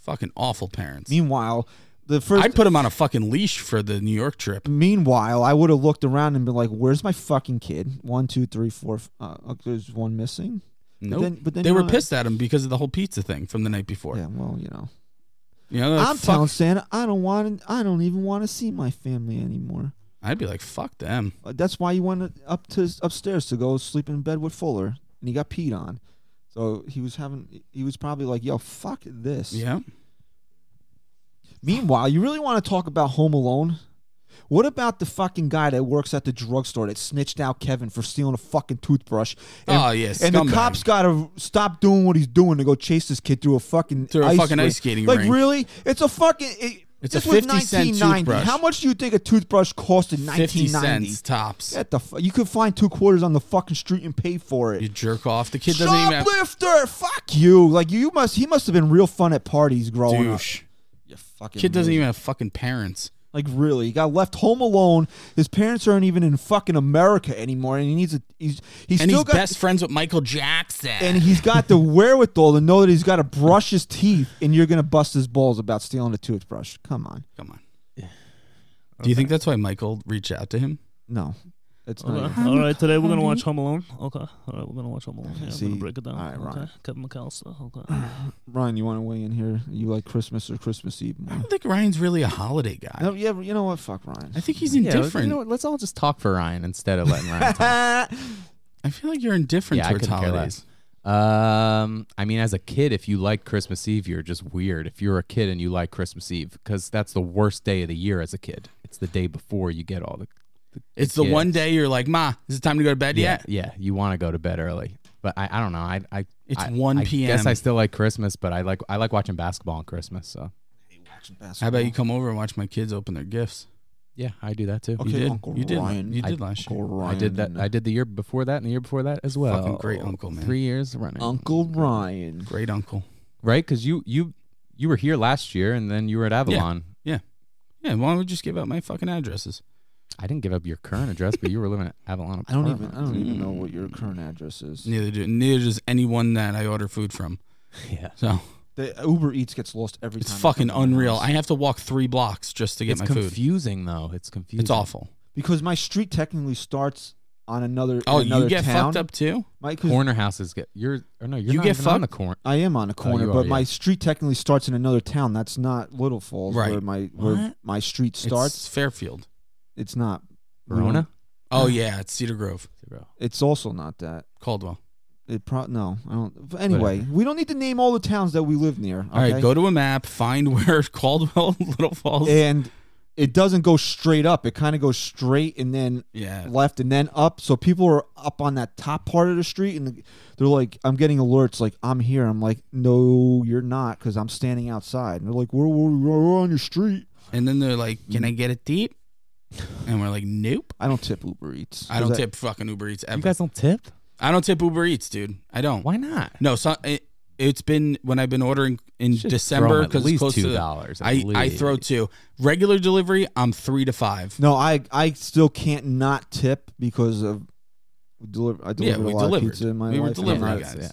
fucking awful parents.
Meanwhile, the first
I'd put him on a fucking leash for the New York trip.
Meanwhile, I would have looked around and been like, "Where's my fucking kid? One, two, three, four. f- Uh, uh, there's one missing."
Nope.
then- but then
they
you
were
know-
pissed at him because of the whole pizza thing from the night before.
Yeah, well, you know,
You know, they're like,
I'm
fuck-
telling Santa, I don't want, I don't even want to see my family anymore.
I'd be like, fuck them.
Uh, that's why you went up to upstairs to go sleep in bed with Fuller, and he got peed on. So he was having, he was probably like, "Yo, fuck this."
Yeah.
Meanwhile, you really want to talk about Home Alone? What about the fucking guy that works at the drugstore that snitched out Kevin for stealing a fucking toothbrush?
Oh, yeah,
and the
scumbag.
cops gotta stop doing what he's doing to go chase this kid through a fucking
Through a
ice
fucking
rink.
ice skating
Like
rink.
really? It's a fucking. It,
It's
this
a
was
50 cent
1990.
toothbrush.
How much do you think a toothbrush cost in
50
1990?
cents tops.
Get the fu- you could find two quarters on the fucking street and pay for it.
You jerk off. The kid doesn't even have.
Shoplifter, fuck you! Like you must, he must have been real fun at parties growing
Douche.
up. You fucking
Kid doesn't
loser.
even have fucking parents.
Like really, he got left home alone. His parents aren't even in fucking America anymore, and he needs a he's he's
And
still
he's
got
best friends with Michael Jackson.
and he's got the wherewithal to know that he's got to brush his teeth, and you're gonna bust his balls about stealing a toothbrush. Come on,
Come on. Do you think that's why Michael reached out to him?
no, it's not. even-
Okay. All right, today we're gonna watch Home Alone. Okay. All right, we're gonna watch Home Alone. Yeah, I'm
See,
gonna break it down.
all right,
okay.
Ryan.
Kevin McAllister. Okay.
Ryan, you want to weigh in here? You like Christmas or Christmas Eve
I
more?
don't think Ryan's really a holiday guy.
No, yeah, you know what? Fuck Ryan.
I think he's
Yeah,
indifferent.
you know what, let's all just talk for Ryan instead of letting Ryan talk.
Ah,
I feel like you're indifferent
Yeah, I
towards
couldn't care
holidays.
Um, I mean, as a kid, if you like Christmas Eve, you're just weird. If you're a kid and you like Christmas Eve, because that's the worst day of the year as a kid. It's the day before you get all the.
It's the
Yeah.
one day you're like, Ma, is it time to go to bed yet?
yeah. You want to go to bed early, but I, I don't know. I, I
It's
I-
1
I Guess
p.m..
I still like Christmas, but I like I like watching basketball on Christmas. So
How about you come over and watch my kids open their gifts?
yeah, I do that too.
Okay,
did.
Uncle
You did.
Ryan.
You did last year.
Uncle
I did that.
Ryan.
I did the year before that and the year before that as well.
Fucking great uncle, man.
Three years running.
Uncle Ryan.
Great uncle.
right? Because you you you were here last year, and then you were at Avalon.
Yeah, why don't we just give out my fucking addresses?
I didn't give up your current address, but you were living at Avalon.
I don't even. I
Apartments.
don't even
Mm.
know what your current address is.
Neither do neither does anyone that I order food from.
Yeah,
So
The Uber Eats gets lost every
it's
time. I
fucking
come to my
unreal.
house.
I have to walk three blocks just to get
it's
my food.
confusing though. It's confusing.
It's awful.
because my street technically starts on another.
Oh,
in another
you get
town.
fucked up too?
My, 'cause
Corner houses get you're or no you're
You
not
get
even on the
fucked?
corner.
I am on a corner,
Oh, you are,
but my
yeah.
street technically starts in another town. That's not Little Falls,
Right.
where my where
What?
my street starts.
It's
It's,
Fairfield.
not We
Verona.
don't-
Oh yeah, it's Cedar Grove,
It's also not that.
Caldwell.
It pro no. I don't. but Anyway, we don't need to name all the towns that we live near.
All right,
okay?
go to a map, find where Caldwell, Little Falls.
And it doesn't go straight up. It kind of goes straight and then
yeah,
left and then up. So people are up on that top part of the street and the- they're like, I'm getting alerts, like, I'm here. I'm like, no, you're not, because I'm standing outside. And they're like, we're, we're, we're on your street.
And then they're like, "Can I get a tip?" And we're like, "Nope,
I don't tip Uber Eats.
I don't
Is that-
tip fucking Uber Eats ever.
You guys don't tip?
I don't tip Uber Eats, dude. I don't.
Why not?
No, so it, it's been when I've been ordering in
Just throw
December
'em at
because
least
close to
two
the-
dollars.
I I throw two. Regular delivery, I'm three to five.
No, I, I still can't not tip because of. we Deliver, I
Yeah,
delivered
we
a lot
delivered.
of pizza in my
we were
life, and I'm
delivery
not-
guys.
yeah.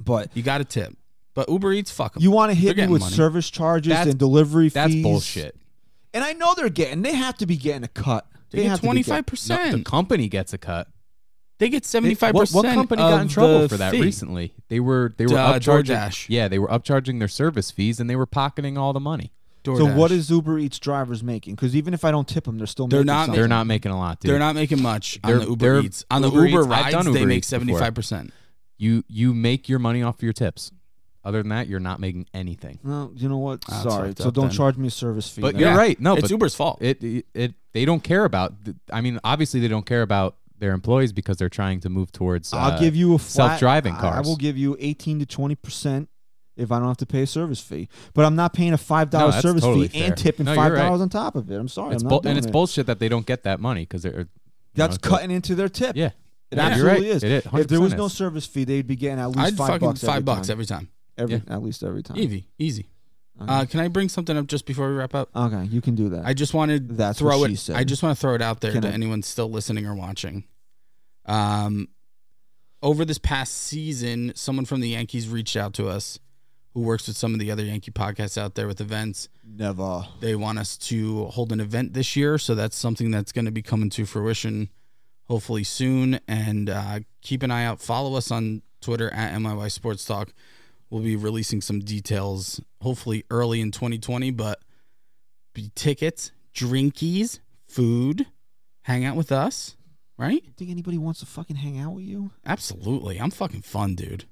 But
You got to tip, but Uber Eats, fuck 'em.
you want to
They're
hit me
getting
with
money.
service charges
That's-
and delivery
That's
fees.
bullshit.
And I know they're getting. They have to be getting a cut.
They
have
get
to be
twenty
good.
five
No, the
percent.
company gets a cut.
They get seventy
It-
five
What,
percent.
what company got in trouble for that recently? They were they were
Uh,
upcharging.
DoorDash.
Yeah, they were upcharging their service fees and they were pocketing all the money.
So what is Uber Eats drivers making? Because even if I don't tip them, they're still
They're
making
not
something.
They're not making a lot, dude.
They're not making much on
They're-
the Uber
they're-
Eats. On the
Uber
Uber,
Eats- I've
rides,
done
they
Uber
make
Eats before.
seventy five percent.
You you make your money off your tips. Other than that, you're not making anything.
Well, you know what?
That's
Sorry.
fucked
So
up
don't
then.
charge me a service fee.
But
then.
you're right. No,
it's
but
Uber's fault.
it, it it they don't care about. th- I mean, obviously they don't care about their employees because they're trying to move towards. uh,
I'll give you a flat,
self-driving
I- I
cars.
will give you eighteen to twenty percent if I don't have to pay a service fee. But I'm not paying a five
No,
dollar
that's
service
totally
fee and
fair.
tipping
No, you're
five dollars
right.
on top of it. I'm sorry,
It's
I'm
bull
not doing
and it's
it.
bullshit that they don't get that money because they're. you
That's
know,
cutting into their tip.
Yeah.
it
Yeah, you're
absolutely
right.
is.
It is.
If there was
100%
no
is.
service fee, they'd be getting at least
I'd
five
fucking
bucks.
five
every
bucks
time.
every time.
every,
Yeah.
at least every time.
Easy, easy.
Okay.
Uh, can I bring something up just before we wrap up?
okay, you can
Uh,
do that.
I just wanted to
That's
throw
what
it.
she said.
I just want to throw it out there
Can
to
I-
anyone still listening or watching. Um, over this past season, someone from the Yankees reached out to us, who works with some of the other Yankee podcasts out there with events.
never.
They want us to hold an event this year, so that's something that's going to be coming to fruition, hopefully soon. And uh, keep an eye out. Follow us on Twitter at MIY Sports Talk. We'll be releasing some details, hopefully early in 2020, but be tickets, drinkies, food, hang out with us, right?
You think anybody wants to fucking hang out with you?
Absolutely. I'm fucking fun, dude.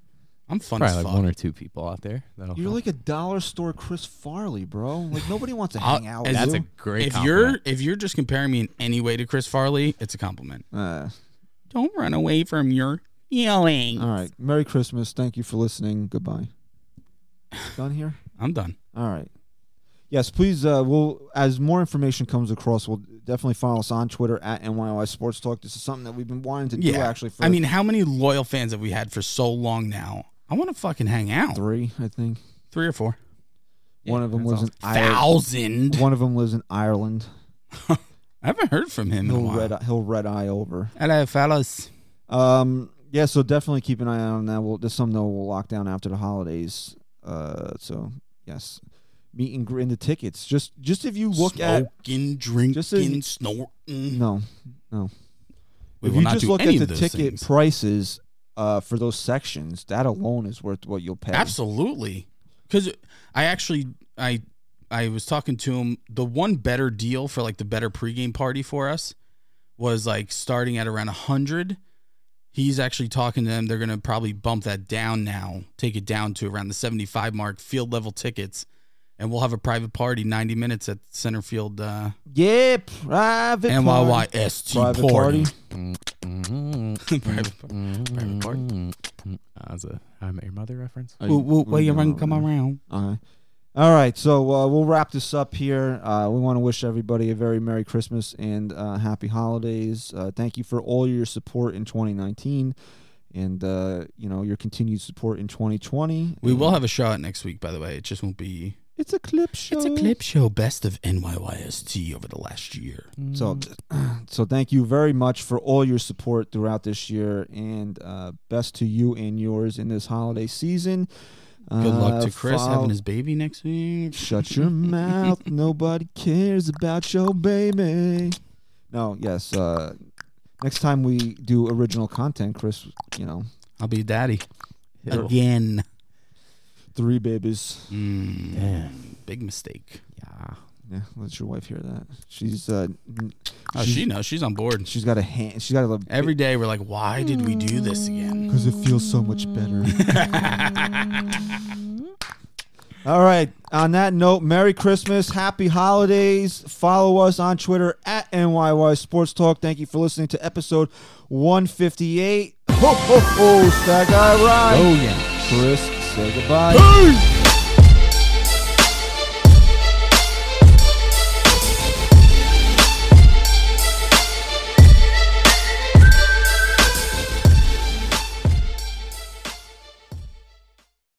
I'm fun
Probably
as
like
fuck.
one or two people out there. that'll
You're
come.
like a dollar store Chris Farley, bro. Like nobody wants to
I'll-
hang out.
as-
with
that's a
you.
great.
if
compliment.
you're if you're just comparing me in any way to Chris Farley, it's a compliment.
Uh,
Don't run away from your feelings.
All right. Merry Christmas. Thank you for listening. Goodbye. Done here?
I'm done.
All right. Yes, please. Uh, we'll as more information comes across, we'll definitely follow us on Twitter at NYY Sports Talk. This is something that we've been wanting to do
Yeah.
actually for
I mean, how many loyal fans have we had for so long now? I want to fucking hang out.
three, I think.
Three or four
one of them lives in Ireland.
thousand.
One of them lives in Ireland.
I haven't heard from him in a
He'll
while.
red he'll red eye over.
Hello, fellas.
Um, yeah, so definitely keep an eye out on that. We'll there's some that we'll lock down after the holidays. Uh, so yes, meet and grin the tickets. Just just if you look at
Smoking, drinking,
Just so you-
snorting.
no, no.
We
if
will
you
not
just
do
look
any
at the
of those
ticket
things.
prices uh, for those sections, that alone is worth what you'll pay.
Absolutely. Cuz I actually I I was talking to him the one better deal for like the better pregame party for us was like starting at around 100. He's actually talking to them they're going to probably bump that down now, take it down to around the 75 mark field level tickets and we'll have a private party 90 minutes at center field uh
Yeah, private party.
NYYST
Private
party.
party.
private, private party.
Mm-hmm. As a I Met Your Mother reference.
Are
Woo, woo,
are
where you run
going
come
over there?
around.
Okay. All right, so uh, we'll wrap this up here. Uh, we want to wish everybody a very Merry Christmas and uh, Happy Holidays. Uh, thank you for all your support in 2019, and uh, you know your continued support in 2020.
We
And
will have a show out next week, by the way. It just won't be
It's a clip show.
It's a clip show best of NYYST over the last year.
So,
Mm,
so thank you very much for all your support throughout this year, and uh, best to you and yours in this holiday season.
Good luck
Uh,
to Chris
follow-
having his baby next week.
Shut your mouth. Nobody cares about your baby. No, yes. Uh, next time we do original content, Chris, you know,
I'll be daddy
Yeah.
again.
three babies.
Mm, Big mistake.
Yeah.
Yeah, let your wife hear that. She's uh, n-
Oh, she knows. She's on board.
she's got a hand. She's got a
Every day we're like, why did we do this again?
because it feels so much better. All right. On that note, Merry Christmas, Happy Holidays. Follow us on Twitter at NYY Sports Talk. Thank you for listening to episode 158. Ho ho ho! Stack I ride.
Oh yeah.
Chris, say goodbye.
Peace!